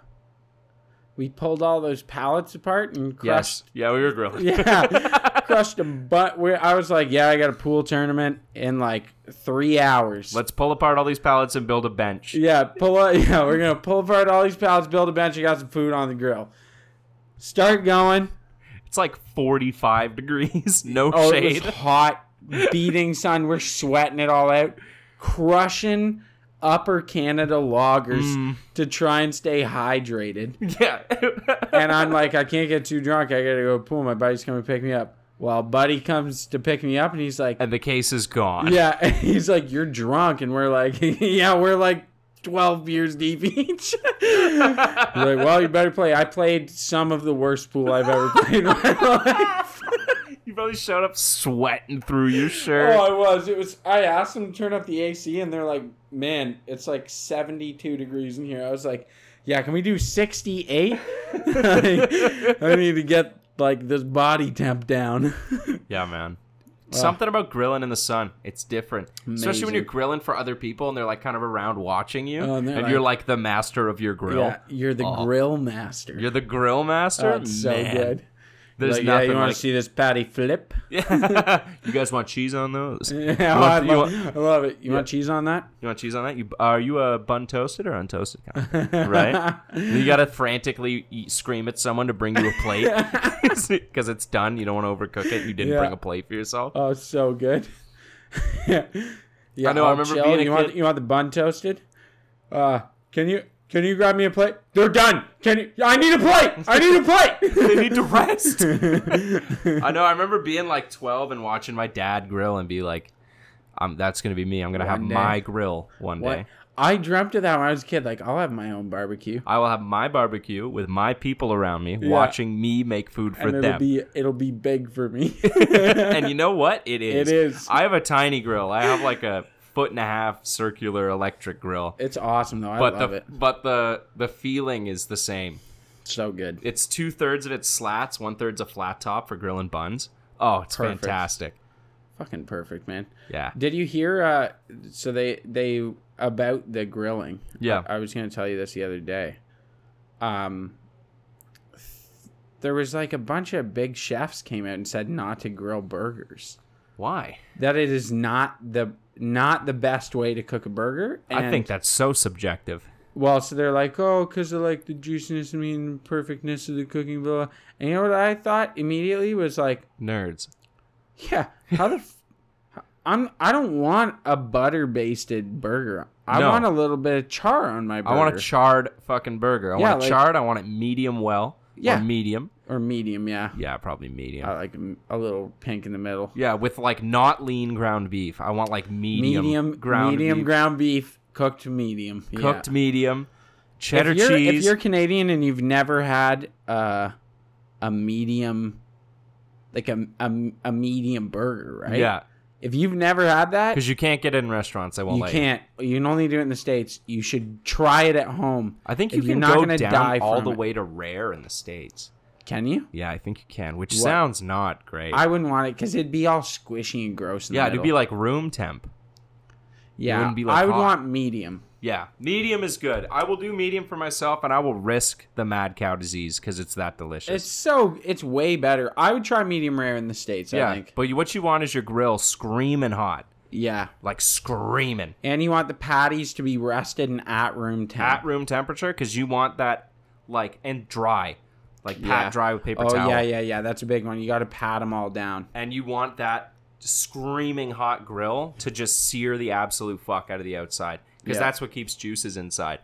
Speaker 2: we pulled all those pallets apart and crushed?
Speaker 1: yes. Yeah, we were grilling.
Speaker 2: Yeah, crushed them. But we, I was like, yeah, I got a pool tournament in like three hours.
Speaker 1: Let's pull apart all these pallets and build a bench.
Speaker 2: Yeah, pull up. Yeah, we're gonna pull apart all these pallets, build a bench. I got some food on the grill. Start going.
Speaker 1: It's like 45 degrees, no
Speaker 2: Oh, it
Speaker 1: shade.
Speaker 2: was hot, beating sun. We're sweating it all out, crushing Upper Canada loggers
Speaker 1: Mm.
Speaker 2: to try and stay hydrated.
Speaker 1: Yeah.
Speaker 2: and I'm like, I can't get too drunk. I gotta go to the pool. My buddy's coming to pick me up. Well, buddy comes to pick me up, and he's like,
Speaker 1: and the case is gone.
Speaker 2: Yeah, and he's like, you're drunk, and we're like, Yeah, we're like. 12 beers deep each. He's like, well, you better play. I played some of the worst pool I've ever played in my life.
Speaker 1: You probably showed up sweating through your shirt.
Speaker 2: Oh, I was. It was. I asked them to turn up the AC, and they're like, "Man, it's like seventy-two degrees in here." I was like, "Yeah, can we do sixty-eight? I need to get like this body temp down."
Speaker 1: Yeah, man. Something about grilling in the sun. It's different. Especially when
Speaker 2: Amazing.
Speaker 1: you're grilling for other people and they're like kind of around watching you.
Speaker 2: Oh,
Speaker 1: and
Speaker 2: and they're
Speaker 1: you're like the master of your grill.
Speaker 2: yeah, you're the
Speaker 1: Oh.
Speaker 2: grill master.
Speaker 1: You're the grill master?
Speaker 2: oh, it's so
Speaker 1: Man,
Speaker 2: good.
Speaker 1: There's
Speaker 2: Like, yeah,
Speaker 1: nothing
Speaker 2: you want
Speaker 1: like
Speaker 2: to see this patty flip?
Speaker 1: you guys want cheese on those?
Speaker 2: Yeah,
Speaker 1: You, want,
Speaker 2: I,
Speaker 1: you
Speaker 2: love,
Speaker 1: want-
Speaker 2: I love it. You want cheese on that?
Speaker 1: you want cheese on that? You are you a bun toasted or untoasted kind? right? You gotta frantically eat, scream at someone to bring you a plate because it's done. You don't want to overcook it. You didn't
Speaker 2: Yeah.
Speaker 1: bring a plate for yourself.
Speaker 2: Oh, it's so good. yeah, yeah.
Speaker 1: I know, I
Speaker 2: all
Speaker 1: remember being a
Speaker 2: you want
Speaker 1: kid-
Speaker 2: you want the bun toasted? Uh, can you can you grab me a plate? They're done. Can you? I need a plate. I need
Speaker 1: they
Speaker 2: a
Speaker 1: need to rest.
Speaker 2: plate.
Speaker 1: I know. I remember being like 12 and watching my dad grill and be like, um, "That's gonna be me. I'm gonna have
Speaker 2: One day.
Speaker 1: my grill one day.
Speaker 2: what? I dreamt of that when I was a kid. Like I'll have my own barbecue.
Speaker 1: I will have my barbecue with my people around me,
Speaker 2: Yeah.
Speaker 1: watching me make food for
Speaker 2: and it'll
Speaker 1: them."
Speaker 2: be it'll be big for me.
Speaker 1: and you know what? It is.
Speaker 2: It is.
Speaker 1: I have a tiny grill. I have like a foot and a half circular electric grill.
Speaker 2: it's awesome though. I
Speaker 1: But
Speaker 2: love
Speaker 1: the
Speaker 2: it.
Speaker 1: but the the feeling is the same.
Speaker 2: So good.
Speaker 1: It's two thirds of its slats, one third's a flat top for grilling buns. Oh, it's
Speaker 2: Perfect.
Speaker 1: fantastic.
Speaker 2: Fucking perfect, man.
Speaker 1: Yeah.
Speaker 2: Did you hear? Uh, so they they about the grilling.
Speaker 1: Yeah.
Speaker 2: I was going to tell you this the other day. Um, there was like a bunch of big chefs came out and said not to grill burgers.
Speaker 1: Why?
Speaker 2: That it is not the not the best way to cook a burger.
Speaker 1: I
Speaker 2: and-
Speaker 1: think that's so subjective.
Speaker 2: well, so they're like, oh, because of like the juiciness and mean perfectness of the cooking, blah, blah. And you know what I thought immediately was like,
Speaker 1: Nerds.
Speaker 2: yeah, how the. F- I'm, I don't want a butter basted burger. I
Speaker 1: No.
Speaker 2: want a little bit of char on my burger.
Speaker 1: I want a charred fucking burger. I
Speaker 2: Yeah,
Speaker 1: want it
Speaker 2: like-
Speaker 1: charred. I want it medium well.
Speaker 2: Yeah. Uh,
Speaker 1: Or medium.
Speaker 2: or medium, yeah.
Speaker 1: Yeah, probably medium.
Speaker 2: I like m- a little pink in the middle.
Speaker 1: yeah, with like not lean ground beef. I want like medium,
Speaker 2: Medium, medium
Speaker 1: ground beef.
Speaker 2: ground beef, cooked medium, yeah.
Speaker 1: cooked medium,
Speaker 2: If
Speaker 1: cheddar
Speaker 2: you're-
Speaker 1: cheese.
Speaker 2: If you're Canadian and you've never had uh, a medium, like a, a a medium burger, right?
Speaker 1: Yeah,
Speaker 2: If you've never had that,
Speaker 1: because you can't get it in restaurants. I won't
Speaker 2: you
Speaker 1: let
Speaker 2: can't. You can only do it in the states. You should try it at home.
Speaker 1: I think
Speaker 2: If
Speaker 1: you
Speaker 2: you're
Speaker 1: can
Speaker 2: not
Speaker 1: go
Speaker 2: gonna
Speaker 1: down
Speaker 2: die
Speaker 1: all
Speaker 2: from
Speaker 1: the
Speaker 2: it.
Speaker 1: way to rare in the states.
Speaker 2: Can you?
Speaker 1: Yeah, I think you can, which
Speaker 2: What?
Speaker 1: sounds not great.
Speaker 2: I wouldn't want it because it'd be all squishy and gross. In
Speaker 1: yeah,
Speaker 2: the
Speaker 1: it'd
Speaker 2: middle.
Speaker 1: be like room temp.
Speaker 2: yeah.
Speaker 1: wouldn't be, like,
Speaker 2: I would
Speaker 1: hot.
Speaker 2: want medium.
Speaker 1: Yeah, medium is good. I will do medium for myself, and I will risk the mad cow disease because it's that delicious.
Speaker 2: It's so. It's way better. I would try medium rare in the states. I
Speaker 1: yeah,
Speaker 2: think.
Speaker 1: but you, what you want is your grill screaming hot,
Speaker 2: Yeah.
Speaker 1: like screaming
Speaker 2: And you want the patties to be rested and at room temp.
Speaker 1: at room temperature because you want that like and dry, like pat dry with paper
Speaker 2: oh,
Speaker 1: towel.
Speaker 2: yeah, yeah, yeah. That's a big one. You got to pat them all down.
Speaker 1: and you want that screaming hot grill to just sear the absolute fuck out of the outside because
Speaker 2: Yeah.
Speaker 1: that's what keeps juices inside.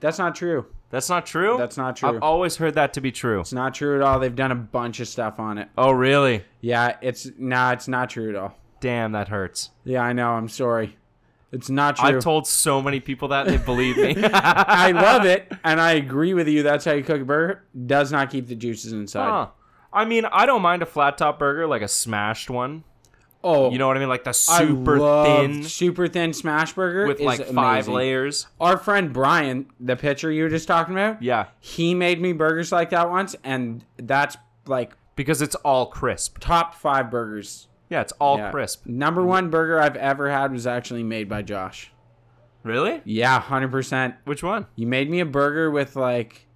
Speaker 2: That's not true.
Speaker 1: That's not true.
Speaker 2: That's not true.
Speaker 1: I've always heard that to be true.
Speaker 2: It's not true at all. They've done a bunch of stuff on it.
Speaker 1: Oh really?
Speaker 2: Yeah, it's nah, it's not true at all.
Speaker 1: Damn, that hurts.
Speaker 2: Yeah, I know. I'm sorry. It's not true.
Speaker 1: I've told so many people that they believe me.
Speaker 2: I love it, and I agree with you. That's how you cook a burger. Does not keep the juices inside.
Speaker 1: Huh. I mean, I don't mind a flat top burger, like a smashed one.
Speaker 2: Oh,
Speaker 1: You know what I mean? Like the
Speaker 2: I
Speaker 1: super
Speaker 2: love
Speaker 1: thin
Speaker 2: super thin smash burger
Speaker 1: with
Speaker 2: is
Speaker 1: like five
Speaker 2: amazing.
Speaker 1: layers.
Speaker 2: Our friend Brian, the pitcher you were just talking about,
Speaker 1: Yeah.
Speaker 2: he made me burgers like that once, and that's like
Speaker 1: Because it's all crisp.
Speaker 2: top five burgers.
Speaker 1: Yeah, it's all
Speaker 2: Yeah.
Speaker 1: crisp.
Speaker 2: Number one burger I've ever had was actually made by Josh.
Speaker 1: Really?
Speaker 2: Yeah, hundred percent.
Speaker 1: Which one?
Speaker 2: You made me a burger with like,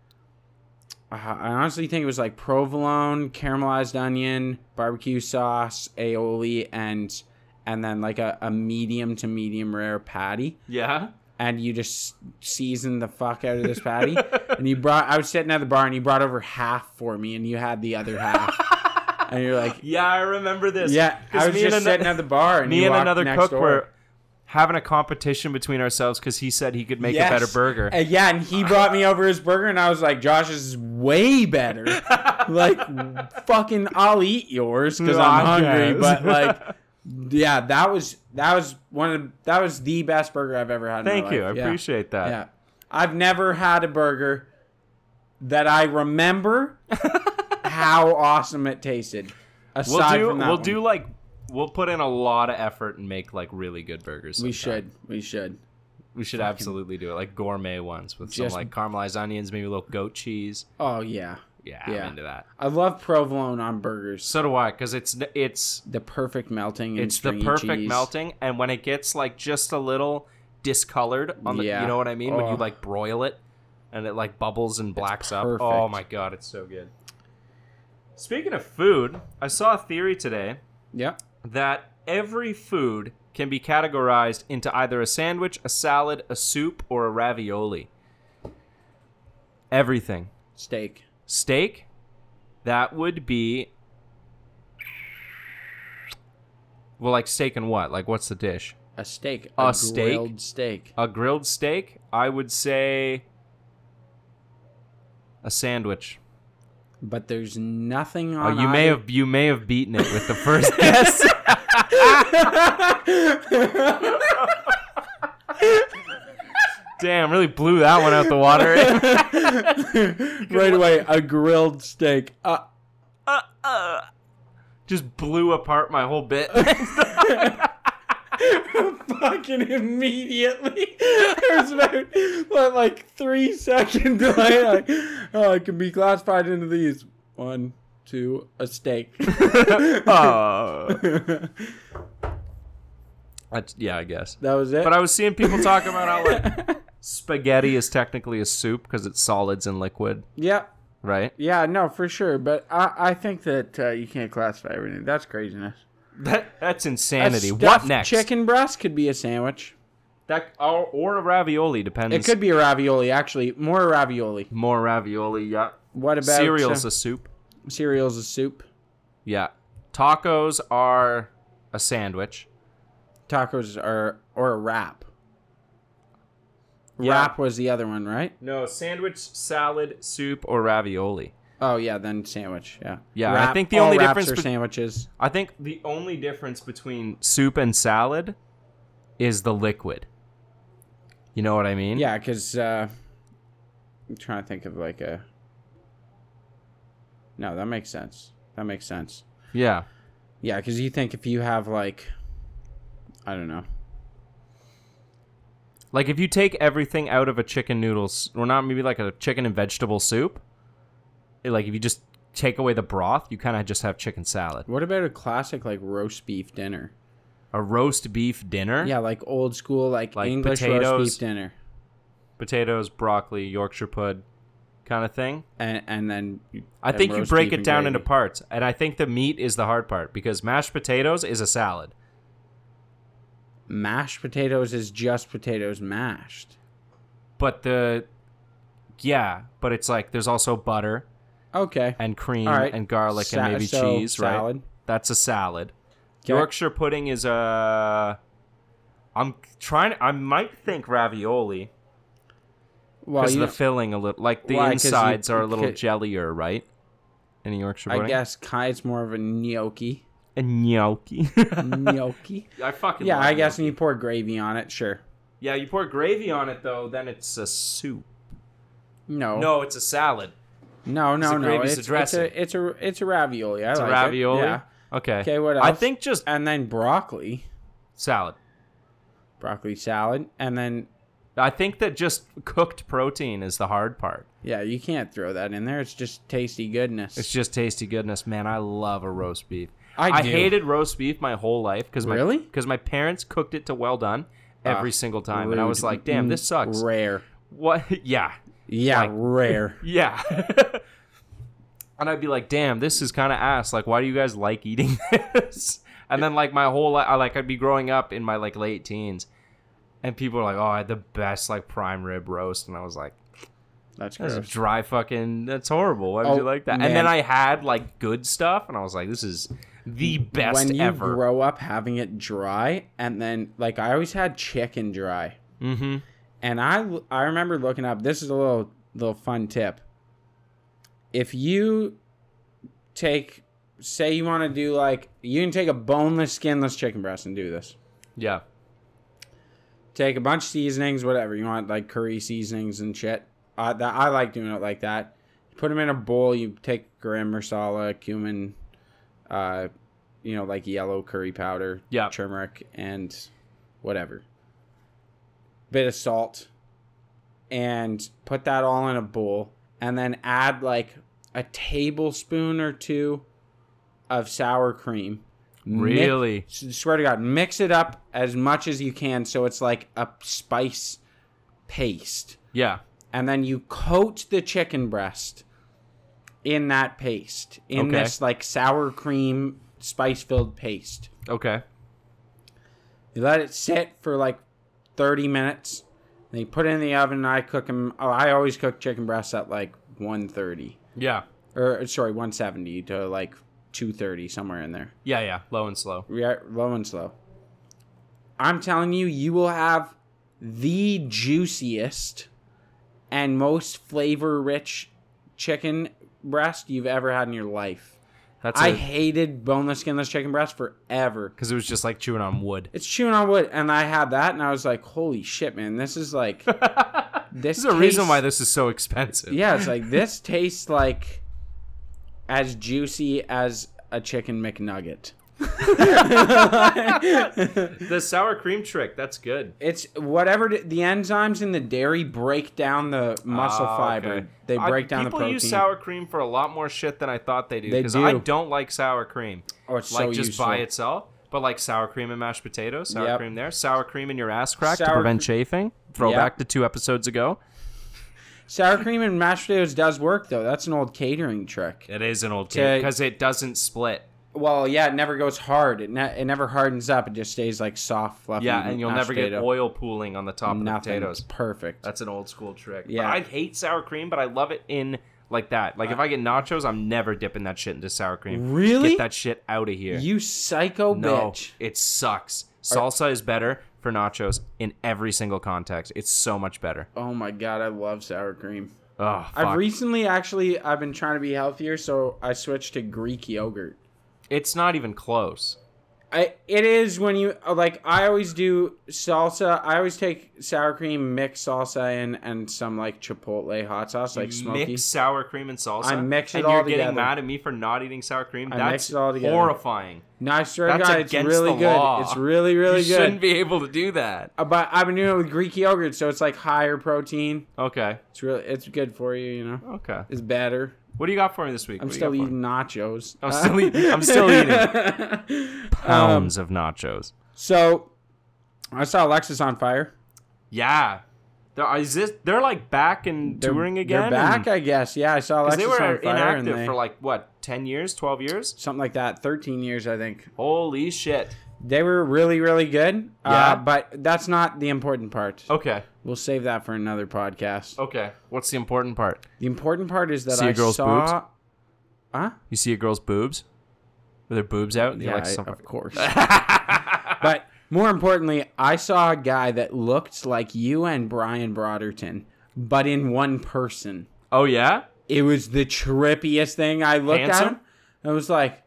Speaker 2: uh, I honestly think it was like provolone, caramelized onion, barbecue sauce, aioli, and and then like a, a medium to medium rare patty.
Speaker 1: Yeah.
Speaker 2: And you just seasoned the fuck out of this patty. and you brought, I was sitting at the bar and you brought over half for me, and you had the other half. and you're like,
Speaker 1: Yeah, I remember this.
Speaker 2: Yeah, I
Speaker 1: 'Cause
Speaker 2: was
Speaker 1: me and
Speaker 2: just
Speaker 1: ano-
Speaker 2: sitting at the bar, and
Speaker 1: me
Speaker 2: you
Speaker 1: and
Speaker 2: walked
Speaker 1: another
Speaker 2: next
Speaker 1: cook
Speaker 2: door.
Speaker 1: were having a competition between ourselves because he said he could make a better
Speaker 2: Yes.
Speaker 1: burger.
Speaker 2: Uh, yeah, and he brought me over his burger, and I was like, Josh is way better. like, fucking, I'll eat yours because I'm
Speaker 1: I
Speaker 2: hungry.
Speaker 1: guess.
Speaker 2: But like, yeah, that was that was one of the, that was the best burger I've ever had. in my
Speaker 1: Thank you. I
Speaker 2: life. Yeah.
Speaker 1: appreciate that.
Speaker 2: Yeah, I've never had a burger that I remember how awesome it tasted.
Speaker 1: We'll
Speaker 2: Aside
Speaker 1: do
Speaker 2: from that,
Speaker 1: we'll
Speaker 2: one.
Speaker 1: do like we'll put in a lot of effort and make like really good burgers.
Speaker 2: We
Speaker 1: sometime.
Speaker 2: should. We should.
Speaker 1: We should absolutely do it. Like gourmet ones with
Speaker 2: Just-
Speaker 1: some like caramelized onions, maybe a little goat cheese.
Speaker 2: Oh yeah,
Speaker 1: Yeah,
Speaker 2: Yeah.
Speaker 1: I'm into that.
Speaker 2: I love provolone on burgers.
Speaker 1: So do I, because it's it's
Speaker 2: The perfect melting. And
Speaker 1: it's the
Speaker 2: stringy
Speaker 1: perfect
Speaker 2: cheese.
Speaker 1: melting, and when it gets like just a little discolored on the,
Speaker 2: Yeah.
Speaker 1: you know what I mean, when
Speaker 2: Oh.
Speaker 1: you like broil it, and it like bubbles and blacks up. Oh
Speaker 2: perfect.
Speaker 1: my god, it's so good. Speaking of food, I saw a theory today
Speaker 2: Yeah.
Speaker 1: that every food can be categorized into either a sandwich, a salad, a soup, or a ravioli. Everything.
Speaker 2: Steak.
Speaker 1: Steak, that would be. Well, like steak and what? Like, what's the dish?
Speaker 2: A steak.
Speaker 1: A steak?
Speaker 2: grilled steak.
Speaker 1: A grilled steak? I would say. A sandwich.
Speaker 2: But there's nothing
Speaker 1: Oh,
Speaker 2: on.
Speaker 1: you may have you may have beaten it with the first guess. Damn, really blew that one out the water.
Speaker 2: have right away. A grilled steak. Uh,
Speaker 1: Just blew apart my whole bit.
Speaker 2: fucking immediately. There's about what, like three second delay. Like, oh, it can be classified into these one, two, a steak.
Speaker 1: oh.
Speaker 2: that
Speaker 1: That's, yeah, I guess.
Speaker 2: was it.
Speaker 1: But I was seeing people talk about how like spaghetti is technically a soup because it's solids and liquid,
Speaker 2: yeah,
Speaker 1: right?
Speaker 2: yeah, no, for sure. But I, I think that uh, you can't classify everything. That's craziness.
Speaker 1: That that's
Speaker 2: A
Speaker 1: insanity. what
Speaker 2: stuffed
Speaker 1: next?
Speaker 2: Chicken breast could be a sandwich.
Speaker 1: That or, or a ravioli depends.
Speaker 2: It could be a ravioli, actually. More ravioli.
Speaker 1: more ravioli. Yeah.
Speaker 2: What about
Speaker 1: Cereals
Speaker 2: Uh,
Speaker 1: a soup.
Speaker 2: cereals is soup.
Speaker 1: Yeah. Tacos are a sandwich.
Speaker 2: Tacos are or a wrap.
Speaker 1: Yeah.
Speaker 2: Wrap was the other one, right?
Speaker 1: No, sandwich, salad, soup, or ravioli.
Speaker 2: Oh yeah, then sandwich. Yeah.
Speaker 1: Yeah, I
Speaker 2: Wrap-
Speaker 1: think the
Speaker 2: all
Speaker 1: only
Speaker 2: wraps
Speaker 1: difference
Speaker 2: are
Speaker 1: bet-
Speaker 2: sandwiches.
Speaker 1: I think the only difference between soup and salad is the liquid. You know what I mean?
Speaker 2: Yeah, because uh, I'm trying to think of like a. No, that makes sense. That makes sense.
Speaker 1: Yeah.
Speaker 2: Yeah, because you think if you have like, I don't know.
Speaker 1: Like if you take everything out of a chicken noodles, or not maybe like a chicken and vegetable soup. eh, Like if you just take away the broth, you kind of just have chicken salad.
Speaker 2: What about a classic like roast beef dinner?
Speaker 1: A roast beef dinner,
Speaker 2: Yeah, like old school like,
Speaker 1: Like
Speaker 2: English
Speaker 1: potatoes.
Speaker 2: roast beef dinner,
Speaker 1: potatoes, broccoli, Yorkshire pud, kind of thing.
Speaker 2: and and then
Speaker 1: I think you break it down into parts, and I think the meat is the hard part because mashed potatoes is a salad.
Speaker 2: mashed potatoes is just potatoes mashed.
Speaker 1: But the yeah, but it's like there's also butter
Speaker 2: Okay,
Speaker 1: and cream
Speaker 2: all right,
Speaker 1: and garlic
Speaker 2: Sa-
Speaker 1: and maybe
Speaker 2: so,
Speaker 1: cheese, right?
Speaker 2: Salad.
Speaker 1: That's a salad.
Speaker 2: Okay.
Speaker 1: Yorkshire pudding is a. I'm trying. I might think ravioli
Speaker 2: Well,
Speaker 1: because
Speaker 2: you
Speaker 1: the filling a little, like the
Speaker 2: Why? 'Cause you-
Speaker 1: insides are a little
Speaker 2: okay.
Speaker 1: jellier, right? In a Yorkshire
Speaker 2: I
Speaker 1: pudding,
Speaker 2: guess Kai's more of a gnocchi.
Speaker 1: a gnocchi.
Speaker 2: gnocchi.
Speaker 1: I fucking
Speaker 2: Mm. Yeah,
Speaker 1: love
Speaker 2: I guess
Speaker 1: gnocchi.
Speaker 2: when you pour gravy on it, sure.
Speaker 1: Yeah, you pour gravy on it though, then it's a soup.
Speaker 2: No,
Speaker 1: No, it's a salad.
Speaker 2: no, no, no.
Speaker 1: a
Speaker 2: It's,
Speaker 1: gravy's a
Speaker 2: it's
Speaker 1: dressing.
Speaker 2: a it's a it's a ravioli. I
Speaker 1: It's
Speaker 2: like
Speaker 1: a ravioli.
Speaker 2: Oh, It. Yeah.
Speaker 1: Okay.
Speaker 2: Okay, what
Speaker 1: I
Speaker 2: else?
Speaker 1: think just
Speaker 2: And then broccoli,
Speaker 1: salad.
Speaker 2: broccoli salad, and then
Speaker 1: I think that just cooked protein is the hard part.
Speaker 2: yeah, you can't throw that in there. It's just tasty goodness.
Speaker 1: It's just tasty goodness, man. I love a roast beef.
Speaker 2: I do.
Speaker 1: hated roast beef my whole life because my
Speaker 2: Really?
Speaker 1: because my parents cooked it to well done every
Speaker 2: Ah,
Speaker 1: single time, and I was
Speaker 2: Rude. Mm,
Speaker 1: like, damn, this sucks.
Speaker 2: Rare.
Speaker 1: What? Yeah,
Speaker 2: Yeah,
Speaker 1: Like-
Speaker 2: rare.
Speaker 1: yeah. and I'd be like, damn, this is kind of ass. Like, why do you guys like eating this? And then like my whole life, I like I'd be growing up in my like late teens, and people are like, oh, I had the best like prime rib roast, and I was like.
Speaker 2: That's
Speaker 1: That's
Speaker 2: gross.
Speaker 1: dry fucking. That's horrible. Why would
Speaker 2: Oh,
Speaker 1: you like that? And then
Speaker 2: man.
Speaker 1: I had like good stuff, and I was like, "This is the best
Speaker 2: when you
Speaker 1: ever.
Speaker 2: grow up having it dry and then like i always had chicken dry
Speaker 1: mm-hmm.
Speaker 2: and i i remember looking up this is a little little fun tip if you take say you want to do like you can take a boneless skinless chicken breast and do this
Speaker 1: Yeah.
Speaker 2: take a bunch of seasonings, whatever you want, like curry seasonings and shit. I that I like doing it like that. Put them in a bowl. You take garam masala, cumin, uh, you know, like yellow curry powder,
Speaker 1: Yeah.
Speaker 2: turmeric, and whatever. Bit of salt, and put that all in a bowl, and then add like a tablespoon or two of sour cream. Mix-
Speaker 1: Really?
Speaker 2: s- swear to God, mix it up as much as you can so it's like a spice paste.
Speaker 1: Yeah.
Speaker 2: And then you coat the chicken breast in that paste, in
Speaker 1: Okay.
Speaker 2: this like sour cream spice filled paste.
Speaker 1: Okay.
Speaker 2: You let it sit for like 30 minutes. Then you put it in the oven and I cook them. Oh, I always cook chicken breasts at like 130
Speaker 1: Yeah.
Speaker 2: or sorry, 170 to like 230 somewhere in there.
Speaker 1: Yeah. Yeah. Low and slow.
Speaker 2: Yeah, low and slow. I'm telling you, you will have the juiciest and most flavor rich chicken breast you've ever had in your life.
Speaker 1: That's
Speaker 2: I
Speaker 1: it.
Speaker 2: hated boneless, skinless chicken breast forever.
Speaker 1: Because it was just like chewing on wood.
Speaker 2: It's chewing on wood, and I had that, and I was like, "Holy shit, man! This is like this,
Speaker 1: This is a reason
Speaker 2: tastes-
Speaker 1: why this is so expensive.
Speaker 2: yeah, it's like this tastes like as juicy as a chicken McNugget."
Speaker 1: The sour cream trick. That's good.
Speaker 2: It's whatever the, the enzymes in the dairy break down the muscle
Speaker 1: Ah,
Speaker 2: fiber.
Speaker 1: okay.
Speaker 2: They
Speaker 1: I-
Speaker 2: break down the
Speaker 1: people
Speaker 2: protein.
Speaker 1: use sour cream for a lot more shit than I thought they do.
Speaker 2: They
Speaker 1: Because I
Speaker 2: do.
Speaker 1: don't like sour cream.
Speaker 2: Oh, it's
Speaker 1: like
Speaker 2: so
Speaker 1: just
Speaker 2: useful.
Speaker 1: by itself. But like sour cream and mashed potatoes, sour
Speaker 2: Yep.
Speaker 1: cream there, sour cream in your ass crack to
Speaker 2: Sour
Speaker 1: prevent chafing. Throwback to two episodes ago.
Speaker 2: Sour cream and mashed potatoes does work though. That's an old catering trick.
Speaker 1: It is an old
Speaker 2: To-
Speaker 1: kid because it doesn't split.
Speaker 2: Well, yeah, it never goes hard. It, ne- it never hardens up. It just stays like soft, fluffy.
Speaker 1: Yeah, and you'll
Speaker 2: Mm-hmm. mashed
Speaker 1: never get
Speaker 2: potato.
Speaker 1: oil pooling on the top of the
Speaker 2: Nothing.
Speaker 1: potatoes.
Speaker 2: It's perfect.
Speaker 1: That's an old school trick. But
Speaker 2: Yeah.
Speaker 1: I hate sour cream, but I love it in like that. Like if I get nachos, I'm never dipping that shit into sour cream.
Speaker 2: Really?
Speaker 1: Get that shit out of here.
Speaker 2: you psycho
Speaker 1: no,
Speaker 2: bitch.
Speaker 1: it sucks. Salsa is better for nachos in every single context. It's so much better.
Speaker 2: Oh my god, I love sour cream.
Speaker 1: Oh,
Speaker 2: I've
Speaker 1: fuck.
Speaker 2: recently actually I've been trying to be healthier, so I switched to Greek yogurt.
Speaker 1: it's not even close.
Speaker 2: I, it is when you like I always do salsa. I always take sour cream, mix salsa in, and some like chipotle hot sauce, like smoky.
Speaker 1: Mix sour cream and salsa.
Speaker 2: I mix it
Speaker 1: and
Speaker 2: all
Speaker 1: you're
Speaker 2: together.
Speaker 1: getting mad at me for not eating sour cream.
Speaker 2: I
Speaker 1: That's
Speaker 2: mix it all together.
Speaker 1: horrifying.
Speaker 2: No, I swear to
Speaker 1: That's
Speaker 2: God, it's
Speaker 1: against
Speaker 2: really
Speaker 1: the
Speaker 2: good.
Speaker 1: law.
Speaker 2: It's really really
Speaker 1: you
Speaker 2: good.
Speaker 1: shouldn't be able to do that.
Speaker 2: Uh, but I've been doing it with Greek yogurt, so it's like higher protein.
Speaker 1: Okay.
Speaker 2: It's really it's good for you. You know,
Speaker 1: Okay.
Speaker 2: it's better.
Speaker 1: What do you got for me this week?
Speaker 2: I'm
Speaker 1: What do you
Speaker 2: still
Speaker 1: got for me?
Speaker 2: eating nachos.
Speaker 1: I'm still eating. I'm still eating um, pounds of nachos.
Speaker 2: Um, so, I saw Alexis on fire.
Speaker 1: Yeah. They're, is this, they're like back and
Speaker 2: They're-
Speaker 1: touring
Speaker 2: They're
Speaker 1: again.
Speaker 2: back,
Speaker 1: and-
Speaker 2: I guess. Yeah, I saw
Speaker 1: 'cause
Speaker 2: Alexis
Speaker 1: they were
Speaker 2: on fire.
Speaker 1: inactive
Speaker 2: and they,
Speaker 1: for like what, ten years, twelve years?
Speaker 2: something like that. Thirteen years, I think.
Speaker 1: Holy shit.
Speaker 2: They were really, really good.
Speaker 1: Yeah. Oh.
Speaker 2: Uh, but that's not the important part.
Speaker 1: Okay.
Speaker 2: We'll save that for another podcast.
Speaker 1: Okay. What's the important part?
Speaker 2: The important part is that
Speaker 1: Oh. See
Speaker 2: I
Speaker 1: a girl's
Speaker 2: saw. Huh?
Speaker 1: You see a girl's boobs? With their boobs out? and you're
Speaker 2: Yeah,
Speaker 1: like,
Speaker 2: I-
Speaker 1: some-
Speaker 2: of course. but more importantly, I saw a guy that looked like you and Brian Broderton, but in one person.
Speaker 1: oh yeah?
Speaker 2: It was the trippiest thing. I looked at
Speaker 1: Handsome?
Speaker 2: him. I was like,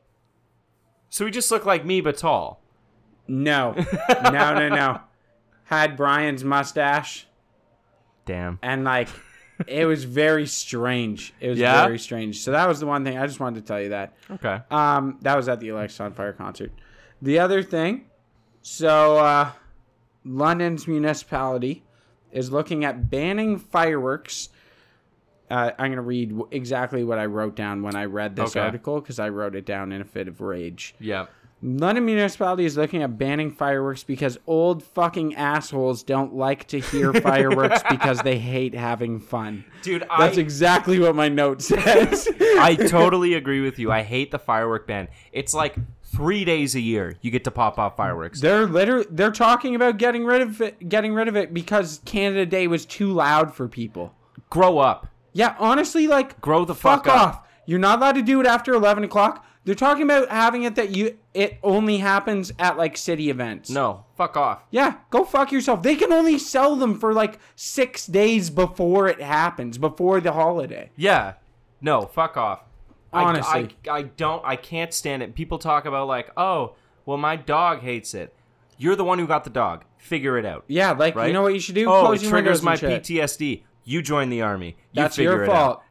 Speaker 1: So he just looked like me but tall.
Speaker 2: no, no, no, no. Had Brian's mustache.
Speaker 1: Damn.
Speaker 2: and like it was very strange. It was
Speaker 1: Yeah?
Speaker 2: very strange. So that was the one thing I just wanted to tell you that.
Speaker 1: Okay.
Speaker 2: Um, that was at the Alexa on Fire concert. The other thing, so uh, London's municipality is looking at banning fireworks. Uh, I'm going to read w- exactly what I wrote down when I read this
Speaker 1: Okay.
Speaker 2: article because I wrote it down in a fit of rage.
Speaker 1: Yeah.
Speaker 2: London municipality is looking at banning fireworks because old fucking assholes don't like to hear fireworks because they hate having fun.
Speaker 1: Dude,
Speaker 2: That's
Speaker 1: I
Speaker 2: exactly what my note says.
Speaker 1: I totally agree with you. I hate the firework ban. It's like three days a year you get to pop off fireworks.
Speaker 2: they're literally they're talking about getting rid of it, getting rid of it because Canada Day was too loud for people.
Speaker 1: Grow up.
Speaker 2: Yeah, honestly, like
Speaker 1: Grow the fuck up.
Speaker 2: off. You're not allowed to do it after eleven o'clock. They're talking about having it that you it only happens at like city events.
Speaker 1: No, fuck off.
Speaker 2: Yeah, go fuck yourself. They can only sell them for like six days before it happens, before the holiday.
Speaker 1: Yeah. No, fuck off. I-
Speaker 2: Honestly.
Speaker 1: I, I, don't, I can't stand it. People talk about, like, oh, well, my dog hates it. You're the one who got the dog. Figure it out.
Speaker 2: Yeah, like
Speaker 1: Right?
Speaker 2: you know what you should do?
Speaker 1: Oh,
Speaker 2: Close
Speaker 1: it
Speaker 2: your
Speaker 1: triggers
Speaker 2: windows and
Speaker 1: my
Speaker 2: shit.
Speaker 1: PTSD. You join the army. You
Speaker 2: That's
Speaker 1: figure
Speaker 2: your
Speaker 1: it
Speaker 2: fault.
Speaker 1: out.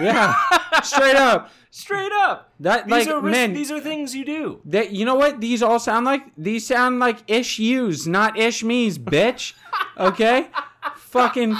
Speaker 2: yeah, straight up.
Speaker 1: Straight up.
Speaker 2: That,
Speaker 1: these
Speaker 2: like,
Speaker 1: are risk-
Speaker 2: men-
Speaker 1: these are things you do.
Speaker 2: That you know what these all sound like? These sound like ish yous, not ish me's, bitch. Okay, fucking.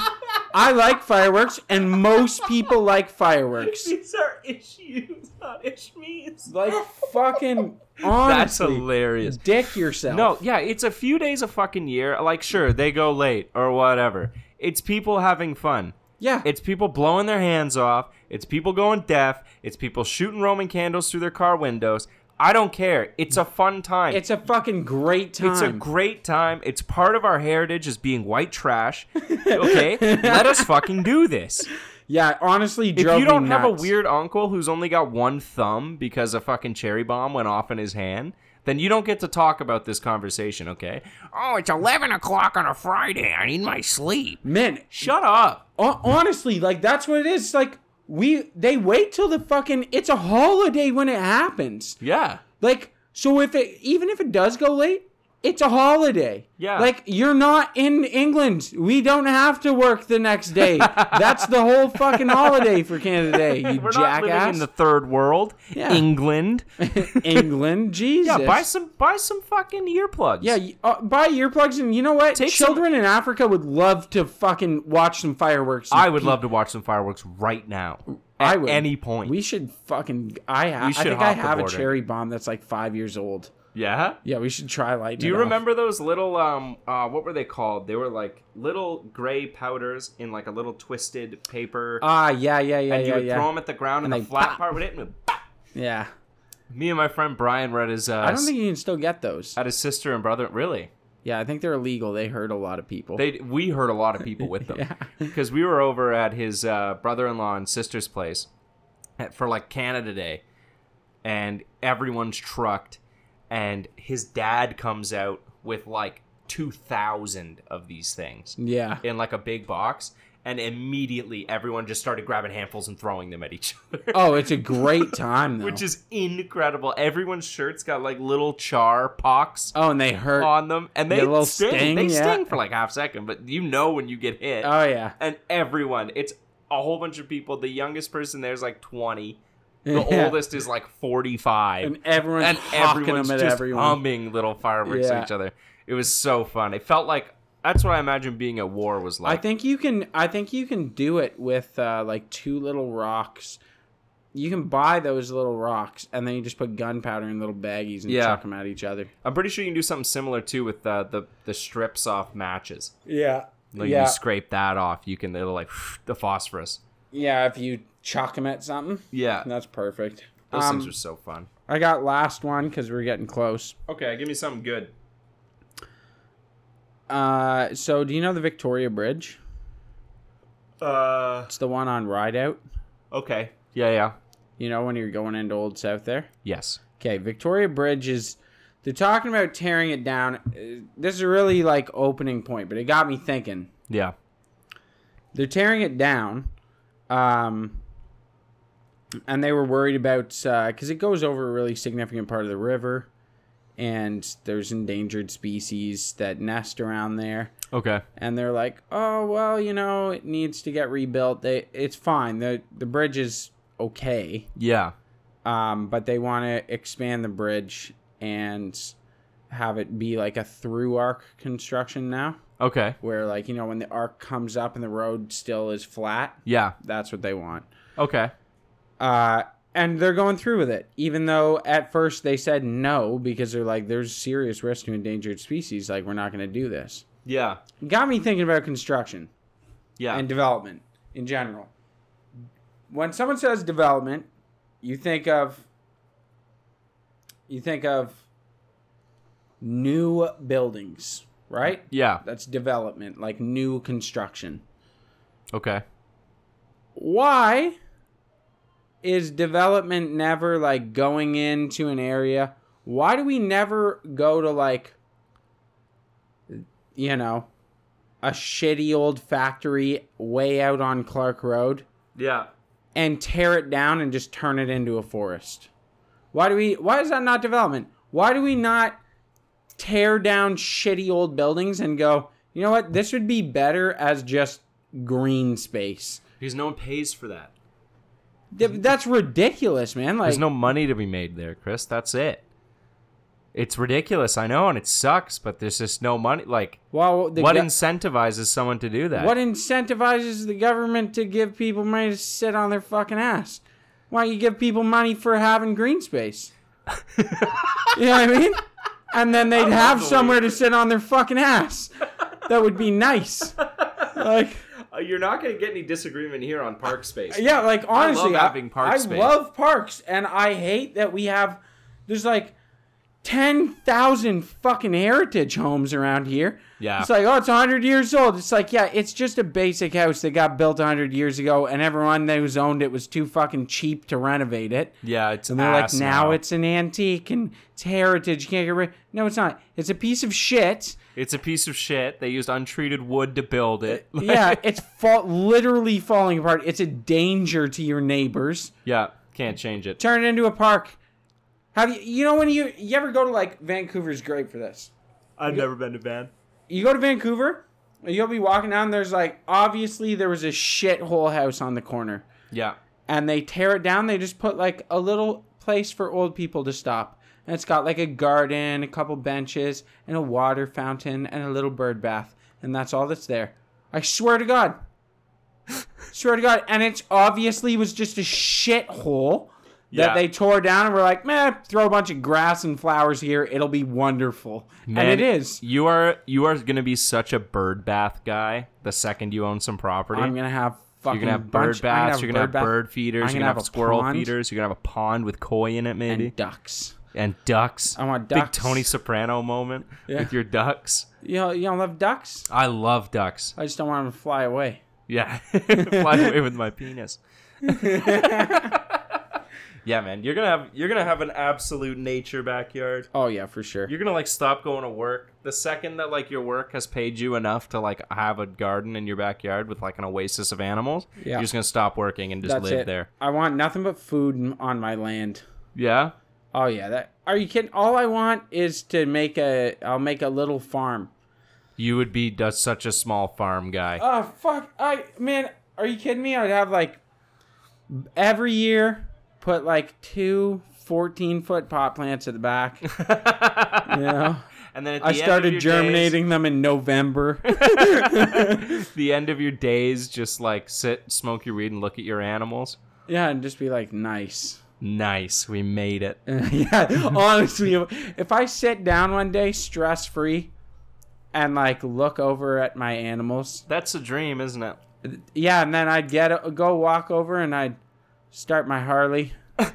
Speaker 2: I like fireworks, and most people like fireworks.
Speaker 1: These are issues, not ishmees.
Speaker 2: Like fucking honestly,
Speaker 1: That's hilarious.
Speaker 2: dick yourself.
Speaker 1: No, yeah, it's a few days a fucking year. Like, sure, they go late or whatever. It's people having fun.
Speaker 2: yeah,
Speaker 1: It's people blowing their hands off. It's people going deaf. It's people shooting Roman candles through their car windows. I don't care. It's a fun time.
Speaker 2: it's a fucking great time.
Speaker 1: It's a great time. It's part of our heritage as being white trash. Okay, let us fucking do this.
Speaker 2: yeah, honestly,
Speaker 1: If
Speaker 2: drove
Speaker 1: you don't
Speaker 2: me
Speaker 1: have a
Speaker 2: nuts.
Speaker 1: weird uncle who's only got one thumb because a fucking cherry bomb went off in his hand, then you don't get to talk about this conversation, okay? Oh, it's 11 o'clock on a Friday. I need my sleep.
Speaker 2: man,
Speaker 1: Shut up.
Speaker 2: Hon- honestly, like that's what it is. It's Like we they wait till the fucking it's a holiday when it happens.
Speaker 1: Yeah.
Speaker 2: Like so if it even if it does go late, it's a holiday.
Speaker 1: Yeah.
Speaker 2: Like you're not in England. We don't have to work the next day. that's the whole fucking holiday for Canada Day. You
Speaker 1: We're not living
Speaker 2: jackass.
Speaker 1: in the third world,
Speaker 2: Yeah.
Speaker 1: England.
Speaker 2: England, Jesus.
Speaker 1: Yeah, buy some buy some fucking earplugs.
Speaker 2: Yeah, y- uh, buy earplugs and you know what?
Speaker 1: Take some-
Speaker 2: Children in Africa would love to fucking watch some fireworks.
Speaker 1: I would love to watch some fireworks right now. At
Speaker 2: I would.
Speaker 1: any point.
Speaker 2: We should fucking. I ha-
Speaker 1: We should
Speaker 2: I think I
Speaker 1: hop the
Speaker 2: have a
Speaker 1: border.
Speaker 2: cherry bomb that's like five years old.
Speaker 1: yeah.
Speaker 2: Yeah, we should try lighting.
Speaker 1: Do you
Speaker 2: it off.
Speaker 1: remember those little um uh what were they called? They were like little gray powders in like a little twisted paper
Speaker 2: Ah, yeah, yeah, yeah,
Speaker 1: and you
Speaker 2: yeah,
Speaker 1: would
Speaker 2: yeah.
Speaker 1: throw them at the ground and,
Speaker 2: And
Speaker 1: the
Speaker 2: they
Speaker 1: flat
Speaker 2: pop.
Speaker 1: part would hit and it would pop.
Speaker 2: yeah.
Speaker 1: Me and my friend Brian were at his uh
Speaker 2: I don't think you can still get those.
Speaker 1: at his sister and brother really.
Speaker 2: Yeah, I think they're illegal. They hurt a lot of people.
Speaker 1: They we heard a lot of people with them.
Speaker 2: Yeah.
Speaker 1: Cuz we were over at his uh brother-in-law and sister's place at, for like Canada Day and everyone's trucked and his dad comes out with like 2000 of these things.
Speaker 2: yeah.
Speaker 1: in like a big box and immediately everyone just started grabbing handfuls and throwing them at each other
Speaker 2: Oh, it's a great time though.
Speaker 1: which is incredible everyone's shirts got like little char pox
Speaker 2: oh, and they hurt. Oh
Speaker 1: on them and they
Speaker 2: Yeah, little
Speaker 1: sting.
Speaker 2: sting,
Speaker 1: they
Speaker 2: yeah. Uh,
Speaker 1: sting for like half second but you know when you get hit
Speaker 2: Oh, yeah.
Speaker 1: and everyone it's a whole bunch of people the youngest person there's like 20 the
Speaker 2: Yeah.
Speaker 1: oldest is like 45
Speaker 2: And everyone's
Speaker 1: and
Speaker 2: hawking
Speaker 1: everyone's
Speaker 2: them at
Speaker 1: just um,
Speaker 2: everyone.
Speaker 1: humming little fireworks
Speaker 2: Yeah.
Speaker 1: at each other it was so fun it felt like that's what i imagine being at war was
Speaker 2: I
Speaker 1: like
Speaker 2: think you can. I think you can do it with uh, like two little rocks. You can buy those little rocks, and then you just put gunpowder in little baggies and
Speaker 1: Yeah.
Speaker 2: chuck them at each other.
Speaker 1: I'm pretty sure you can do something similar too with uh, the the strips off matches.
Speaker 2: Yeah.
Speaker 1: Like
Speaker 2: yeah.
Speaker 1: you scrape that off, you can it'll like the phosphorus.
Speaker 2: yeah. If you chuck them at something,
Speaker 1: Yeah,
Speaker 2: that's perfect.
Speaker 1: those
Speaker 2: Um,
Speaker 1: things are so fun.
Speaker 2: I got last one because we're getting close.
Speaker 1: Okay, give me something good.
Speaker 2: Uh, so do you know the Victoria Bridge?
Speaker 1: Uh,
Speaker 2: It's the one on Rideout.
Speaker 1: okay. Yeah, yeah.
Speaker 2: You know when you're going into Old South there.
Speaker 1: Yes.
Speaker 2: Okay, Victoria Bridge is. They're talking about tearing it down. Uh, This is a really like opening point, but it got me thinking.
Speaker 1: Yeah.
Speaker 2: they're tearing it down um and they were worried about because it goes over a really significant part of the river and there's endangered species that nest around there
Speaker 1: Okay.
Speaker 2: and they're like oh well you know it needs to get rebuilt they it's fine the the bridge is okay
Speaker 1: Yeah.
Speaker 2: um but they want to expand the bridge and have it be like a through arc construction now
Speaker 1: Okay.
Speaker 2: where like you know when the arc comes up and the road still is flat
Speaker 1: Yeah.
Speaker 2: that's what they want
Speaker 1: Okay.
Speaker 2: uh and they're going through with it even though at first they said no because they're like there's serious risk to endangered species like we're not going to do this
Speaker 1: Yeah.
Speaker 2: got me thinking about construction
Speaker 1: Yeah.
Speaker 2: and development in general when someone says development you think of you think of new buildings right
Speaker 1: yeah.
Speaker 2: that's development like new construction
Speaker 1: Okay.
Speaker 2: why is development never like going into an area? Why do we never go to like you know, a shitty old factory way out on Clark Road
Speaker 1: Yeah.
Speaker 2: and tear it down and just turn it into a forest? Why do we why is that not development? Why do we not tear down shitty old buildings and go, you know what, this would be better as just green space?
Speaker 1: Because no one pays for that.
Speaker 2: Th- That's ridiculous, man. Like
Speaker 1: There's no money to be made there, Chris. That's it. It's ridiculous, I know, and it sucks, but there's just no money. Like,
Speaker 2: Well, the
Speaker 1: what
Speaker 2: go-
Speaker 1: incentivizes someone to do that?
Speaker 2: what incentivizes the government to give people money to sit on their fucking ass? Why you give people money for having green space? you know what I mean? And then they'd have somewhere to sit on their fucking ass. That would be nice. Like,
Speaker 1: Uh, you're not going to get any disagreement here on park space.
Speaker 2: Uh, yeah, like honestly, I,
Speaker 1: having park
Speaker 2: I
Speaker 1: space.
Speaker 2: love parks, and I hate that we have. There's like ten thousand fucking heritage homes around here.
Speaker 1: Yeah.
Speaker 2: It's like, oh, it's 100 years old. It's like, yeah, it's just a basic house that got built 100 years ago, and everyone that was owned it was too fucking cheap to renovate it.
Speaker 1: Yeah, it's
Speaker 2: And they're like,
Speaker 1: ass
Speaker 2: now, it's an antique and it's heritage. You can't get rid. No, it's not. It's a piece of shit.
Speaker 1: It's a piece of shit. They used untreated wood to build it.
Speaker 2: Uh, yeah, it's fa- literally falling apart. It's a danger to your neighbors.
Speaker 1: yeah, can't change it.
Speaker 2: Turn it into a park. Have you? You know when you you ever go to like Vancouver's great for this.
Speaker 1: I've never been to Van.
Speaker 2: you go to Vancouver, and you'll be walking down. There's like obviously there was a shithole house on the corner,
Speaker 1: Yeah,
Speaker 2: and they tear it down. They just put like a little place for old people to stop, and it's got like a garden, a couple benches, and a water fountain, and a little bird bath, and that's all that's there. I swear to God, swear to God, and it's obviously was just a shithole.
Speaker 1: Yeah.
Speaker 2: That they tore down and were like, man, throw a bunch of grass and flowers here. It'll be wonderful. and it is.
Speaker 1: You are you are gonna be such a bird bath guy the second you own some property.
Speaker 2: I'm gonna have
Speaker 1: you're
Speaker 2: fucking
Speaker 1: gonna have
Speaker 2: bunch-
Speaker 1: bird baths.
Speaker 2: I'm
Speaker 1: you're gonna have
Speaker 2: bath-
Speaker 1: bird feeders.
Speaker 2: I'm
Speaker 1: you're gonna have,
Speaker 2: a
Speaker 1: squirrel
Speaker 2: pond
Speaker 1: feeders. You're gonna have a pond with koi in it,
Speaker 2: and
Speaker 1: maybe, and,
Speaker 2: ducks.
Speaker 1: ducks.
Speaker 2: I want
Speaker 1: Big
Speaker 2: ducks.
Speaker 1: Tony Soprano moment
Speaker 2: Yeah.
Speaker 1: with your ducks.
Speaker 2: You know, you don't love ducks.
Speaker 1: I love ducks.
Speaker 2: I just don't want them to fly away.
Speaker 1: Yeah, fly away with my penis. yeah, man, you're gonna have you're gonna have an absolute nature backyard.
Speaker 2: Oh yeah, for sure.
Speaker 1: You're gonna like stop going to work the second that like your work has paid you enough to like have a garden in your backyard with like an oasis of animals.
Speaker 2: Yeah.
Speaker 1: you're just gonna stop working and just
Speaker 2: That's
Speaker 1: live
Speaker 2: it.
Speaker 1: there.
Speaker 2: I want nothing but food m- on my land.
Speaker 1: Yeah,
Speaker 2: Oh yeah, that. Are you kidding? All I want is to make a. I'll make a little farm.
Speaker 1: you would be just such a small farm guy.
Speaker 2: Oh fuck! I man, are you kidding me? I'd have like every year put like two 14 foot pot plants at the back. you know,
Speaker 1: and then at the
Speaker 2: I
Speaker 1: end of
Speaker 2: started
Speaker 1: your days-
Speaker 2: germinating them in November.
Speaker 1: the end of your days, just like sit, smoke your weed, and look at your animals.
Speaker 2: Yeah, and just be like, nice.
Speaker 1: Nice, we made it.
Speaker 2: yeah, honestly, if if I sit down one day stress free and like look over at my animals,
Speaker 1: That's a dream, isn't it?
Speaker 2: yeah, and then I'd get go walk over and I'd start my Harley and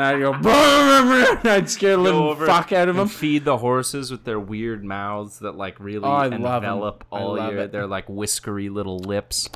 Speaker 2: I'd go, and I'd scare the
Speaker 1: Go
Speaker 2: little
Speaker 1: over
Speaker 2: fuck out of
Speaker 1: and
Speaker 2: them.
Speaker 1: Feed the horses with their weird mouths that like really
Speaker 2: Oh, I love 'em.
Speaker 1: envelop
Speaker 2: I
Speaker 1: all
Speaker 2: love
Speaker 1: your
Speaker 2: it.
Speaker 1: their like whiskery little lips.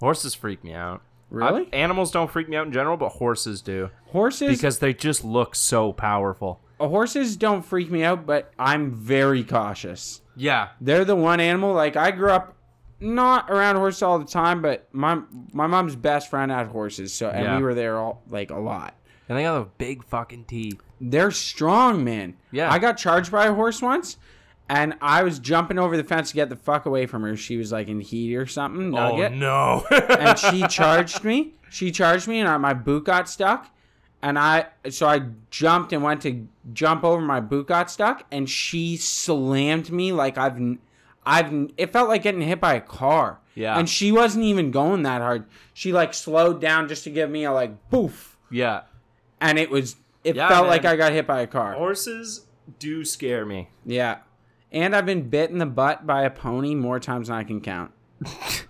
Speaker 1: Horses freak me out.
Speaker 2: Really?
Speaker 1: I- animals don't freak me out in general, but horses do
Speaker 2: Horses, uh,
Speaker 1: because they just look so powerful.
Speaker 2: horses don't freak me out, but I'm very cautious.
Speaker 1: Yeah,
Speaker 2: They're the one animal like I grew up not around horses all the time, but my my mom's best friend had horses, so and
Speaker 1: Yeah.
Speaker 2: we were there all like a lot.
Speaker 1: and they got those big fucking teeth.
Speaker 2: they're strong, man.
Speaker 1: Yeah.
Speaker 2: I got charged by a horse once, and I was jumping over the fence to get the fuck away from her. She was like in heat or something, nugget,
Speaker 1: Oh, no!
Speaker 2: and she charged me. She charged me, and I, my boot got stuck. And I, so I jumped and went to jump over. My boot got stuck, and she slammed me like I've, n- I've. n- It felt like getting hit by a car.
Speaker 1: Yeah.
Speaker 2: And she wasn't even going that hard. She like slowed down just to give me a like boof,
Speaker 1: yeah,
Speaker 2: and it was. It
Speaker 1: Yeah,
Speaker 2: felt
Speaker 1: man.
Speaker 2: like I got hit by a car.
Speaker 1: horses do scare me.
Speaker 2: Yeah. And I've been bit in the butt by a pony more times than I can count.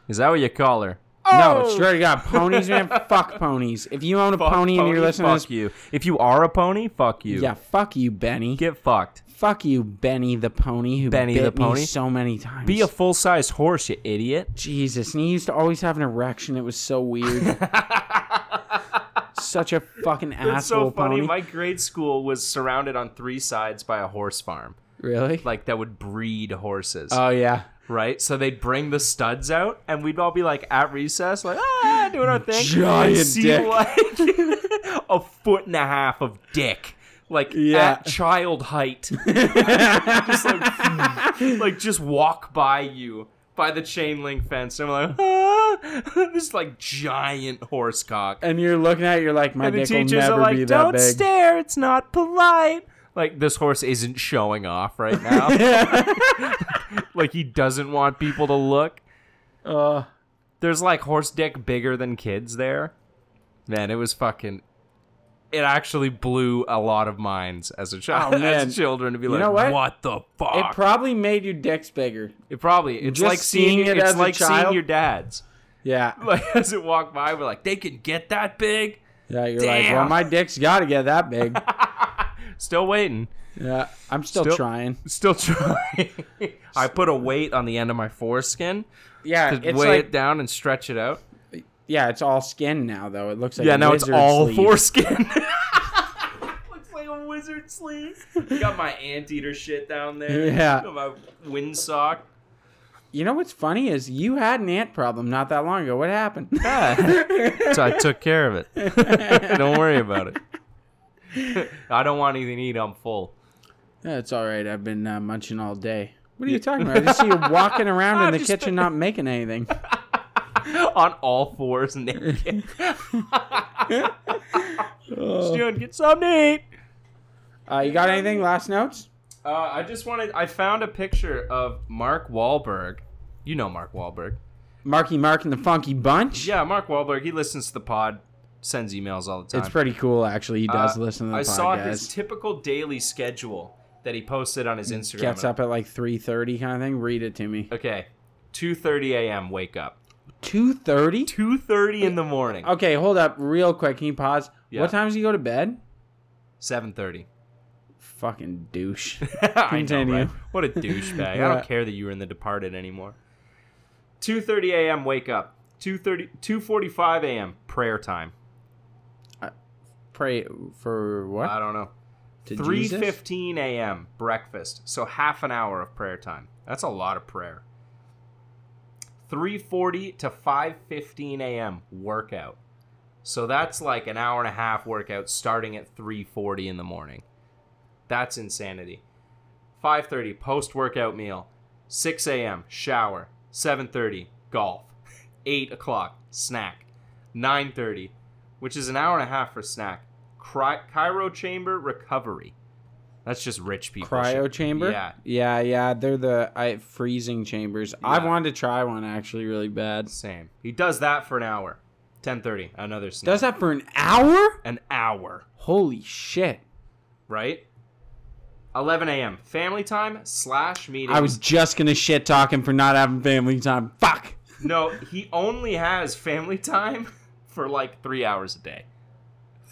Speaker 1: Is that what you call her?
Speaker 2: No,
Speaker 1: Oh!
Speaker 2: swear to God, ponies, man, fuck ponies. If you own a
Speaker 1: Fuck
Speaker 2: pony, and you're listening to
Speaker 1: fuck
Speaker 2: this,
Speaker 1: you. If you are a pony, fuck you.
Speaker 2: yeah, fuck you, Benny.
Speaker 1: Get fucked.
Speaker 2: fuck you, Benny the pony, who
Speaker 1: Benny
Speaker 2: bit
Speaker 1: the pony.
Speaker 2: me so many times.
Speaker 1: Be a full size horse, you idiot.
Speaker 2: Jesus, and he used to always have an erection. It was so weird. Such a fucking
Speaker 1: It's
Speaker 2: asshole
Speaker 1: so funny.
Speaker 2: pony.
Speaker 1: My grade school was surrounded on three sides by a horse farm,
Speaker 2: Really?
Speaker 1: like that would breed horses,
Speaker 2: Oh yeah.
Speaker 1: right? So they'd bring the studs out, and we'd all be like at recess, like ah, doing our thing.
Speaker 2: Giant
Speaker 1: and see
Speaker 2: dick.
Speaker 1: like a foot and a half of dick, like
Speaker 2: Yeah.
Speaker 1: at child height, just like, like just walk by you by the chain link fence, and I'm like ah, this like giant horse cock.
Speaker 2: And you're looking at it, you're like, my
Speaker 1: And the
Speaker 2: dick will
Speaker 1: teachers
Speaker 2: never
Speaker 1: are
Speaker 2: be that
Speaker 1: like, "Don't
Speaker 2: big.
Speaker 1: stare. It's not polite." Like this horse isn't showing off right now. like he doesn't want people to look.
Speaker 2: Uh,
Speaker 1: There's like horse dick bigger than kids there. Man, it was fucking. It actually blew a lot of minds as a child,
Speaker 2: Oh, man.
Speaker 1: as children, to be like,
Speaker 2: know what?
Speaker 1: the
Speaker 2: it
Speaker 1: fuck?" It,
Speaker 2: probably made your dicks bigger.
Speaker 1: probably it's
Speaker 2: Just
Speaker 1: like seeing,
Speaker 2: seeing it
Speaker 1: it's
Speaker 2: as a
Speaker 1: like seeing
Speaker 2: child?
Speaker 1: your dad's.
Speaker 2: Yeah.
Speaker 1: Like as it walked by, we're like, "They can get that big."
Speaker 2: Yeah. You're like,
Speaker 1: Damn.
Speaker 2: well, my dick's got to get that big.
Speaker 1: Still waiting.
Speaker 2: yeah. I'm still,
Speaker 1: Still-
Speaker 2: trying.
Speaker 1: Still trying. I put a weight on the end of my foreskin
Speaker 2: Yeah.
Speaker 1: to
Speaker 2: Uh, It's
Speaker 1: weigh
Speaker 2: like,
Speaker 1: it down and stretch it out.
Speaker 2: yeah. It's all skin now, though. It looks like
Speaker 1: Yeah,
Speaker 2: a
Speaker 1: now it's
Speaker 2: lizard
Speaker 1: all
Speaker 2: sleeve.
Speaker 1: foreskin. Looks like a wizard sleeve. Got my anteater shit down there.
Speaker 2: Yeah.
Speaker 1: Got my windsock.
Speaker 2: You know what's funny is you had an ant problem not that long ago. What happened?
Speaker 1: so I took care of it. don't worry about it. I don't want anything to eat. I'm full.
Speaker 2: Yeah, it's all right. I've been uh, munching all day. What are you talking about? I just see you walking around in the
Speaker 1: just-
Speaker 2: kitchen, not making anything.
Speaker 1: On all fours naked. Dude, get something to eat.
Speaker 2: Uh, you got anything? Last notes?
Speaker 1: Uh, I just wanted. I found a picture of Mark Wahlberg. You know Mark Wahlberg.
Speaker 2: Marky Mark and the Funky Bunch.
Speaker 1: Yeah, Mark Wahlberg. He listens to the pod, sends emails all the time.
Speaker 2: It's pretty cool, actually. He does
Speaker 1: Uh,
Speaker 2: listen to the
Speaker 1: I
Speaker 2: podcast.
Speaker 1: saw his typical daily schedule that he posted on his Instagram.
Speaker 2: Gets up at like three thirty, kind of thing. Read it to me.
Speaker 1: Okay, two thirty a.m. Wake up.
Speaker 2: Two thirty.
Speaker 1: Two thirty in the morning.
Speaker 2: Okay, hold up, real quick. Can you pause?
Speaker 1: Yeah.
Speaker 2: What time does he go to bed?
Speaker 1: Seven thirty.
Speaker 2: Fucking douche.
Speaker 1: I know,
Speaker 2: Continue.
Speaker 1: right? What a douchebag. I
Speaker 2: Yeah.
Speaker 1: don't care that you were in The Departed anymore. 2.30 a.m. wake up. 2.30, 2.45 a.m. prayer time.
Speaker 2: Pray for
Speaker 1: I
Speaker 2: what?
Speaker 1: don't know.
Speaker 2: To
Speaker 1: Uh, Three
Speaker 2: Jesus?
Speaker 1: fifteen a.m. breakfast, so half an hour of prayer time. That's a lot of prayer. Three forty to five fifteen a.m. workout, so that's like an hour and a half workout starting at three forty in the morning. That's insanity. Five thirty post workout meal, six a.m. shower, seven thirty golf, eight o'clock snack, nine thirty which is an hour and a half for snack. Cry- cryo chamber recovery. That's just rich people.
Speaker 2: Cryo
Speaker 1: shit.
Speaker 2: chamber.
Speaker 1: Yeah.
Speaker 2: yeah, yeah. They're the I, freezing chambers. I
Speaker 1: Yeah.
Speaker 2: wanted to try one actually, really bad.
Speaker 1: Same. He does that for an hour. 10:30, another snack.
Speaker 2: Does that for an hour?
Speaker 1: an hour,
Speaker 2: Holy shit.
Speaker 1: right? 11 a.m. family time slash meeting.
Speaker 2: I was just gonna shit talk him for not having family time. Fuck.
Speaker 1: no. He only has family time for like three hours a day.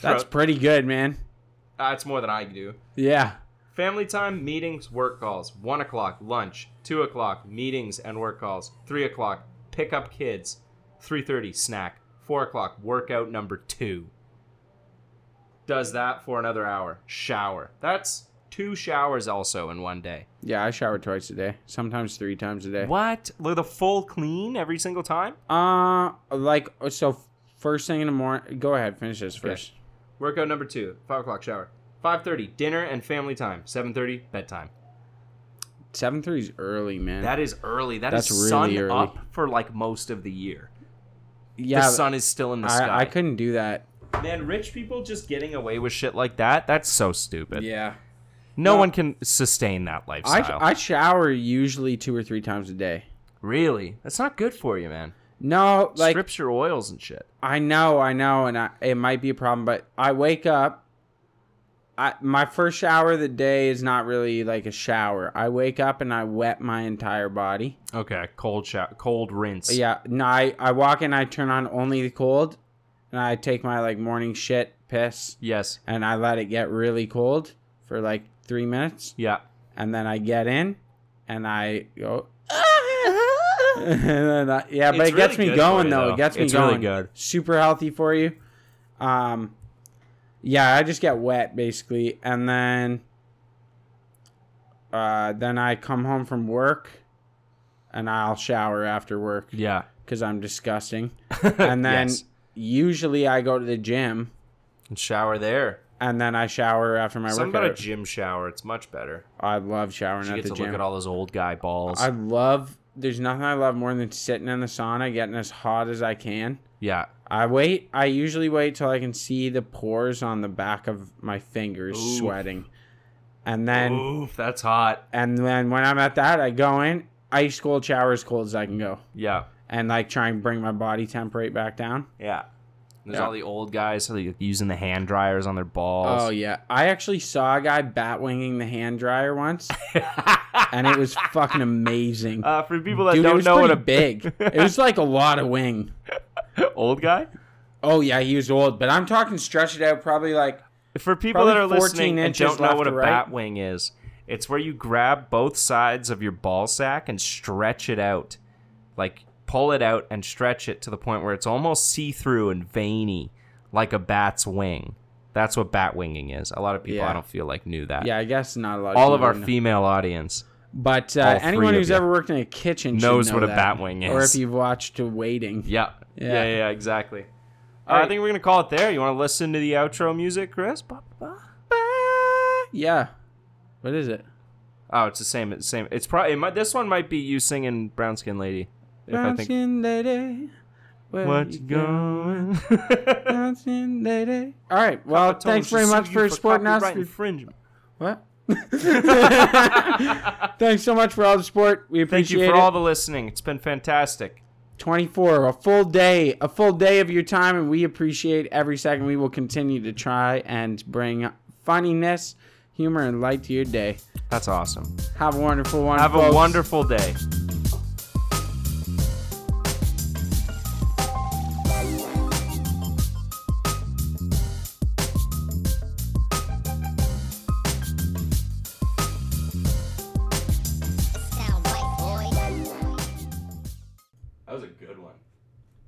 Speaker 2: That's
Speaker 1: Throughout-
Speaker 2: pretty good, man.
Speaker 1: that's more than I do.
Speaker 2: Yeah.
Speaker 1: Family time, meetings, work calls. 1 o'clock, lunch. 2 o'clock, meetings and work calls. 3 o'clock, pick up kids. 3.30, snack. 4 o'clock, workout number 2. Does that for another hour. Shower. That's two showers also in one day.
Speaker 2: Yeah, I shower twice a day. Sometimes three times a day.
Speaker 1: What? With a full clean every single time?
Speaker 2: Uh, like so. First thing in the morning. Go ahead, finish this first.
Speaker 1: Workout number 2, 5 o'clock shower. 5.30, dinner and family time. 7.30, bedtime.
Speaker 2: Seven thirty is early, man.
Speaker 1: That is early. That
Speaker 2: That's
Speaker 1: is
Speaker 2: really
Speaker 1: sun
Speaker 2: early.
Speaker 1: up for like most of the year.
Speaker 2: yeah,
Speaker 1: the sun is still in the sky.
Speaker 2: I, I couldn't do that.
Speaker 1: Man, rich people just getting away with shit like that, that's so stupid.
Speaker 2: Yeah,
Speaker 1: No,
Speaker 2: No.
Speaker 1: one can sustain that lifestyle.
Speaker 2: I I shower usually two or three times a day.
Speaker 1: really? That's not good for you, man.
Speaker 2: No, like
Speaker 1: Strips your oils and shit.
Speaker 2: I know, I know, and I, it might be a problem, but I wake up I, my first shower of the day is not really like a shower. I wake up and I wet my entire body.
Speaker 1: Okay, cold shower, cold rinse.
Speaker 2: Yeah, no, I, I walk in, I turn on only the cold, and I take my like morning shit piss,
Speaker 1: Yes.
Speaker 2: and I let it get really cold for like three minutes,
Speaker 1: Yeah.
Speaker 2: and then I get in, and I go. "Ah." and then I- yeah, but
Speaker 1: It's
Speaker 2: it gets
Speaker 1: really
Speaker 2: me
Speaker 1: good for
Speaker 2: going
Speaker 1: you,
Speaker 2: though.
Speaker 1: though.
Speaker 2: It gets me
Speaker 1: It's really
Speaker 2: going.
Speaker 1: good.
Speaker 2: Super healthy for you. Um, yeah, I just get wet basically, and then, uh, then I come home from work, and I'll shower after work
Speaker 1: Yeah.
Speaker 2: because I'm disgusting. And then
Speaker 1: Yes.
Speaker 2: usually I go to the gym,
Speaker 1: And shower there.
Speaker 2: and then I shower after my
Speaker 1: Something about a
Speaker 2: workout.
Speaker 1: gym shower. It's much better.
Speaker 2: I love showering
Speaker 1: You
Speaker 2: at
Speaker 1: get
Speaker 2: the
Speaker 1: to
Speaker 2: gym.
Speaker 1: look at all those old guy balls.
Speaker 2: I love. There's nothing I love more than sitting in the sauna, getting as hot as I can.
Speaker 1: yeah.
Speaker 2: I wait. I usually wait till I can see the pores on the back of my fingers
Speaker 1: Oof.
Speaker 2: sweating, and then
Speaker 1: Oof, that's hot.
Speaker 2: and then when I'm at that, I go in ice cold shower as cold as I can go,
Speaker 1: Yeah.
Speaker 2: and like try and bring my body temp rate back down.
Speaker 1: Yeah. There's
Speaker 2: Yeah.
Speaker 1: all the old guys so they're using the hand dryers on their balls.
Speaker 2: Oh yeah, I actually saw a guy bat winging the hand dryer once, and it was fucking amazing.
Speaker 1: Uh, for people that
Speaker 2: Dude, it
Speaker 1: don't
Speaker 2: was
Speaker 1: know what a
Speaker 2: pretty big. It was like a lot of wing.
Speaker 1: old guy.
Speaker 2: Oh yeah, he was old, but I'm talking stretch it out probably like
Speaker 1: For people
Speaker 2: Probably
Speaker 1: that are
Speaker 2: 14
Speaker 1: listening and
Speaker 2: inches
Speaker 1: don't know
Speaker 2: left
Speaker 1: what a
Speaker 2: to right.
Speaker 1: bat wing is, it's where you grab both sides of your ball sack and stretch it out. Like pull it out and stretch it to the point where it's almost see-through and veiny like a bat's wing. That's what bat winging is. A lot of people I
Speaker 2: Yeah.
Speaker 1: don't feel like knew that.
Speaker 2: yeah, I guess not a lot.
Speaker 1: All of
Speaker 2: people
Speaker 1: our
Speaker 2: know.
Speaker 1: female audience.
Speaker 2: But
Speaker 1: all
Speaker 2: uh,
Speaker 1: three
Speaker 2: anyone
Speaker 1: of
Speaker 2: who's
Speaker 1: you
Speaker 2: ever worked in a kitchen should
Speaker 1: knows
Speaker 2: know
Speaker 1: what a
Speaker 2: that.
Speaker 1: bat wing
Speaker 2: or
Speaker 1: is.
Speaker 2: if you've watched Waiting.
Speaker 1: Yeah. Yeah,
Speaker 2: Yeah.
Speaker 1: yeah, yeah, exactly. Uh, I
Speaker 2: Alright.
Speaker 1: think we're gonna call it there. You want to listen to the outro music, Chris? Ba, ba, ba.
Speaker 2: Yeah. What is it?
Speaker 1: Oh, it's the same. It's the same. It's probably it might, this one might be you singing "Brown Skin Lady." If I think
Speaker 2: Bouncing lady, where you
Speaker 1: going?
Speaker 2: Bouncing lady. All right. Well, thanks very much for supporting us.
Speaker 1: Infringement.
Speaker 2: What? thanks so much for all the support. We
Speaker 1: Thank
Speaker 2: appreciate
Speaker 1: you for
Speaker 2: it.
Speaker 1: all the listening. It's been fantastic.
Speaker 2: 24, a full day, a full day of your time, and we appreciate every second. We will continue to try and bring funniness, humor, and light to your day.
Speaker 1: That's awesome.
Speaker 2: Have a wonderful one.
Speaker 1: Have a
Speaker 2: folks.
Speaker 1: wonderful day.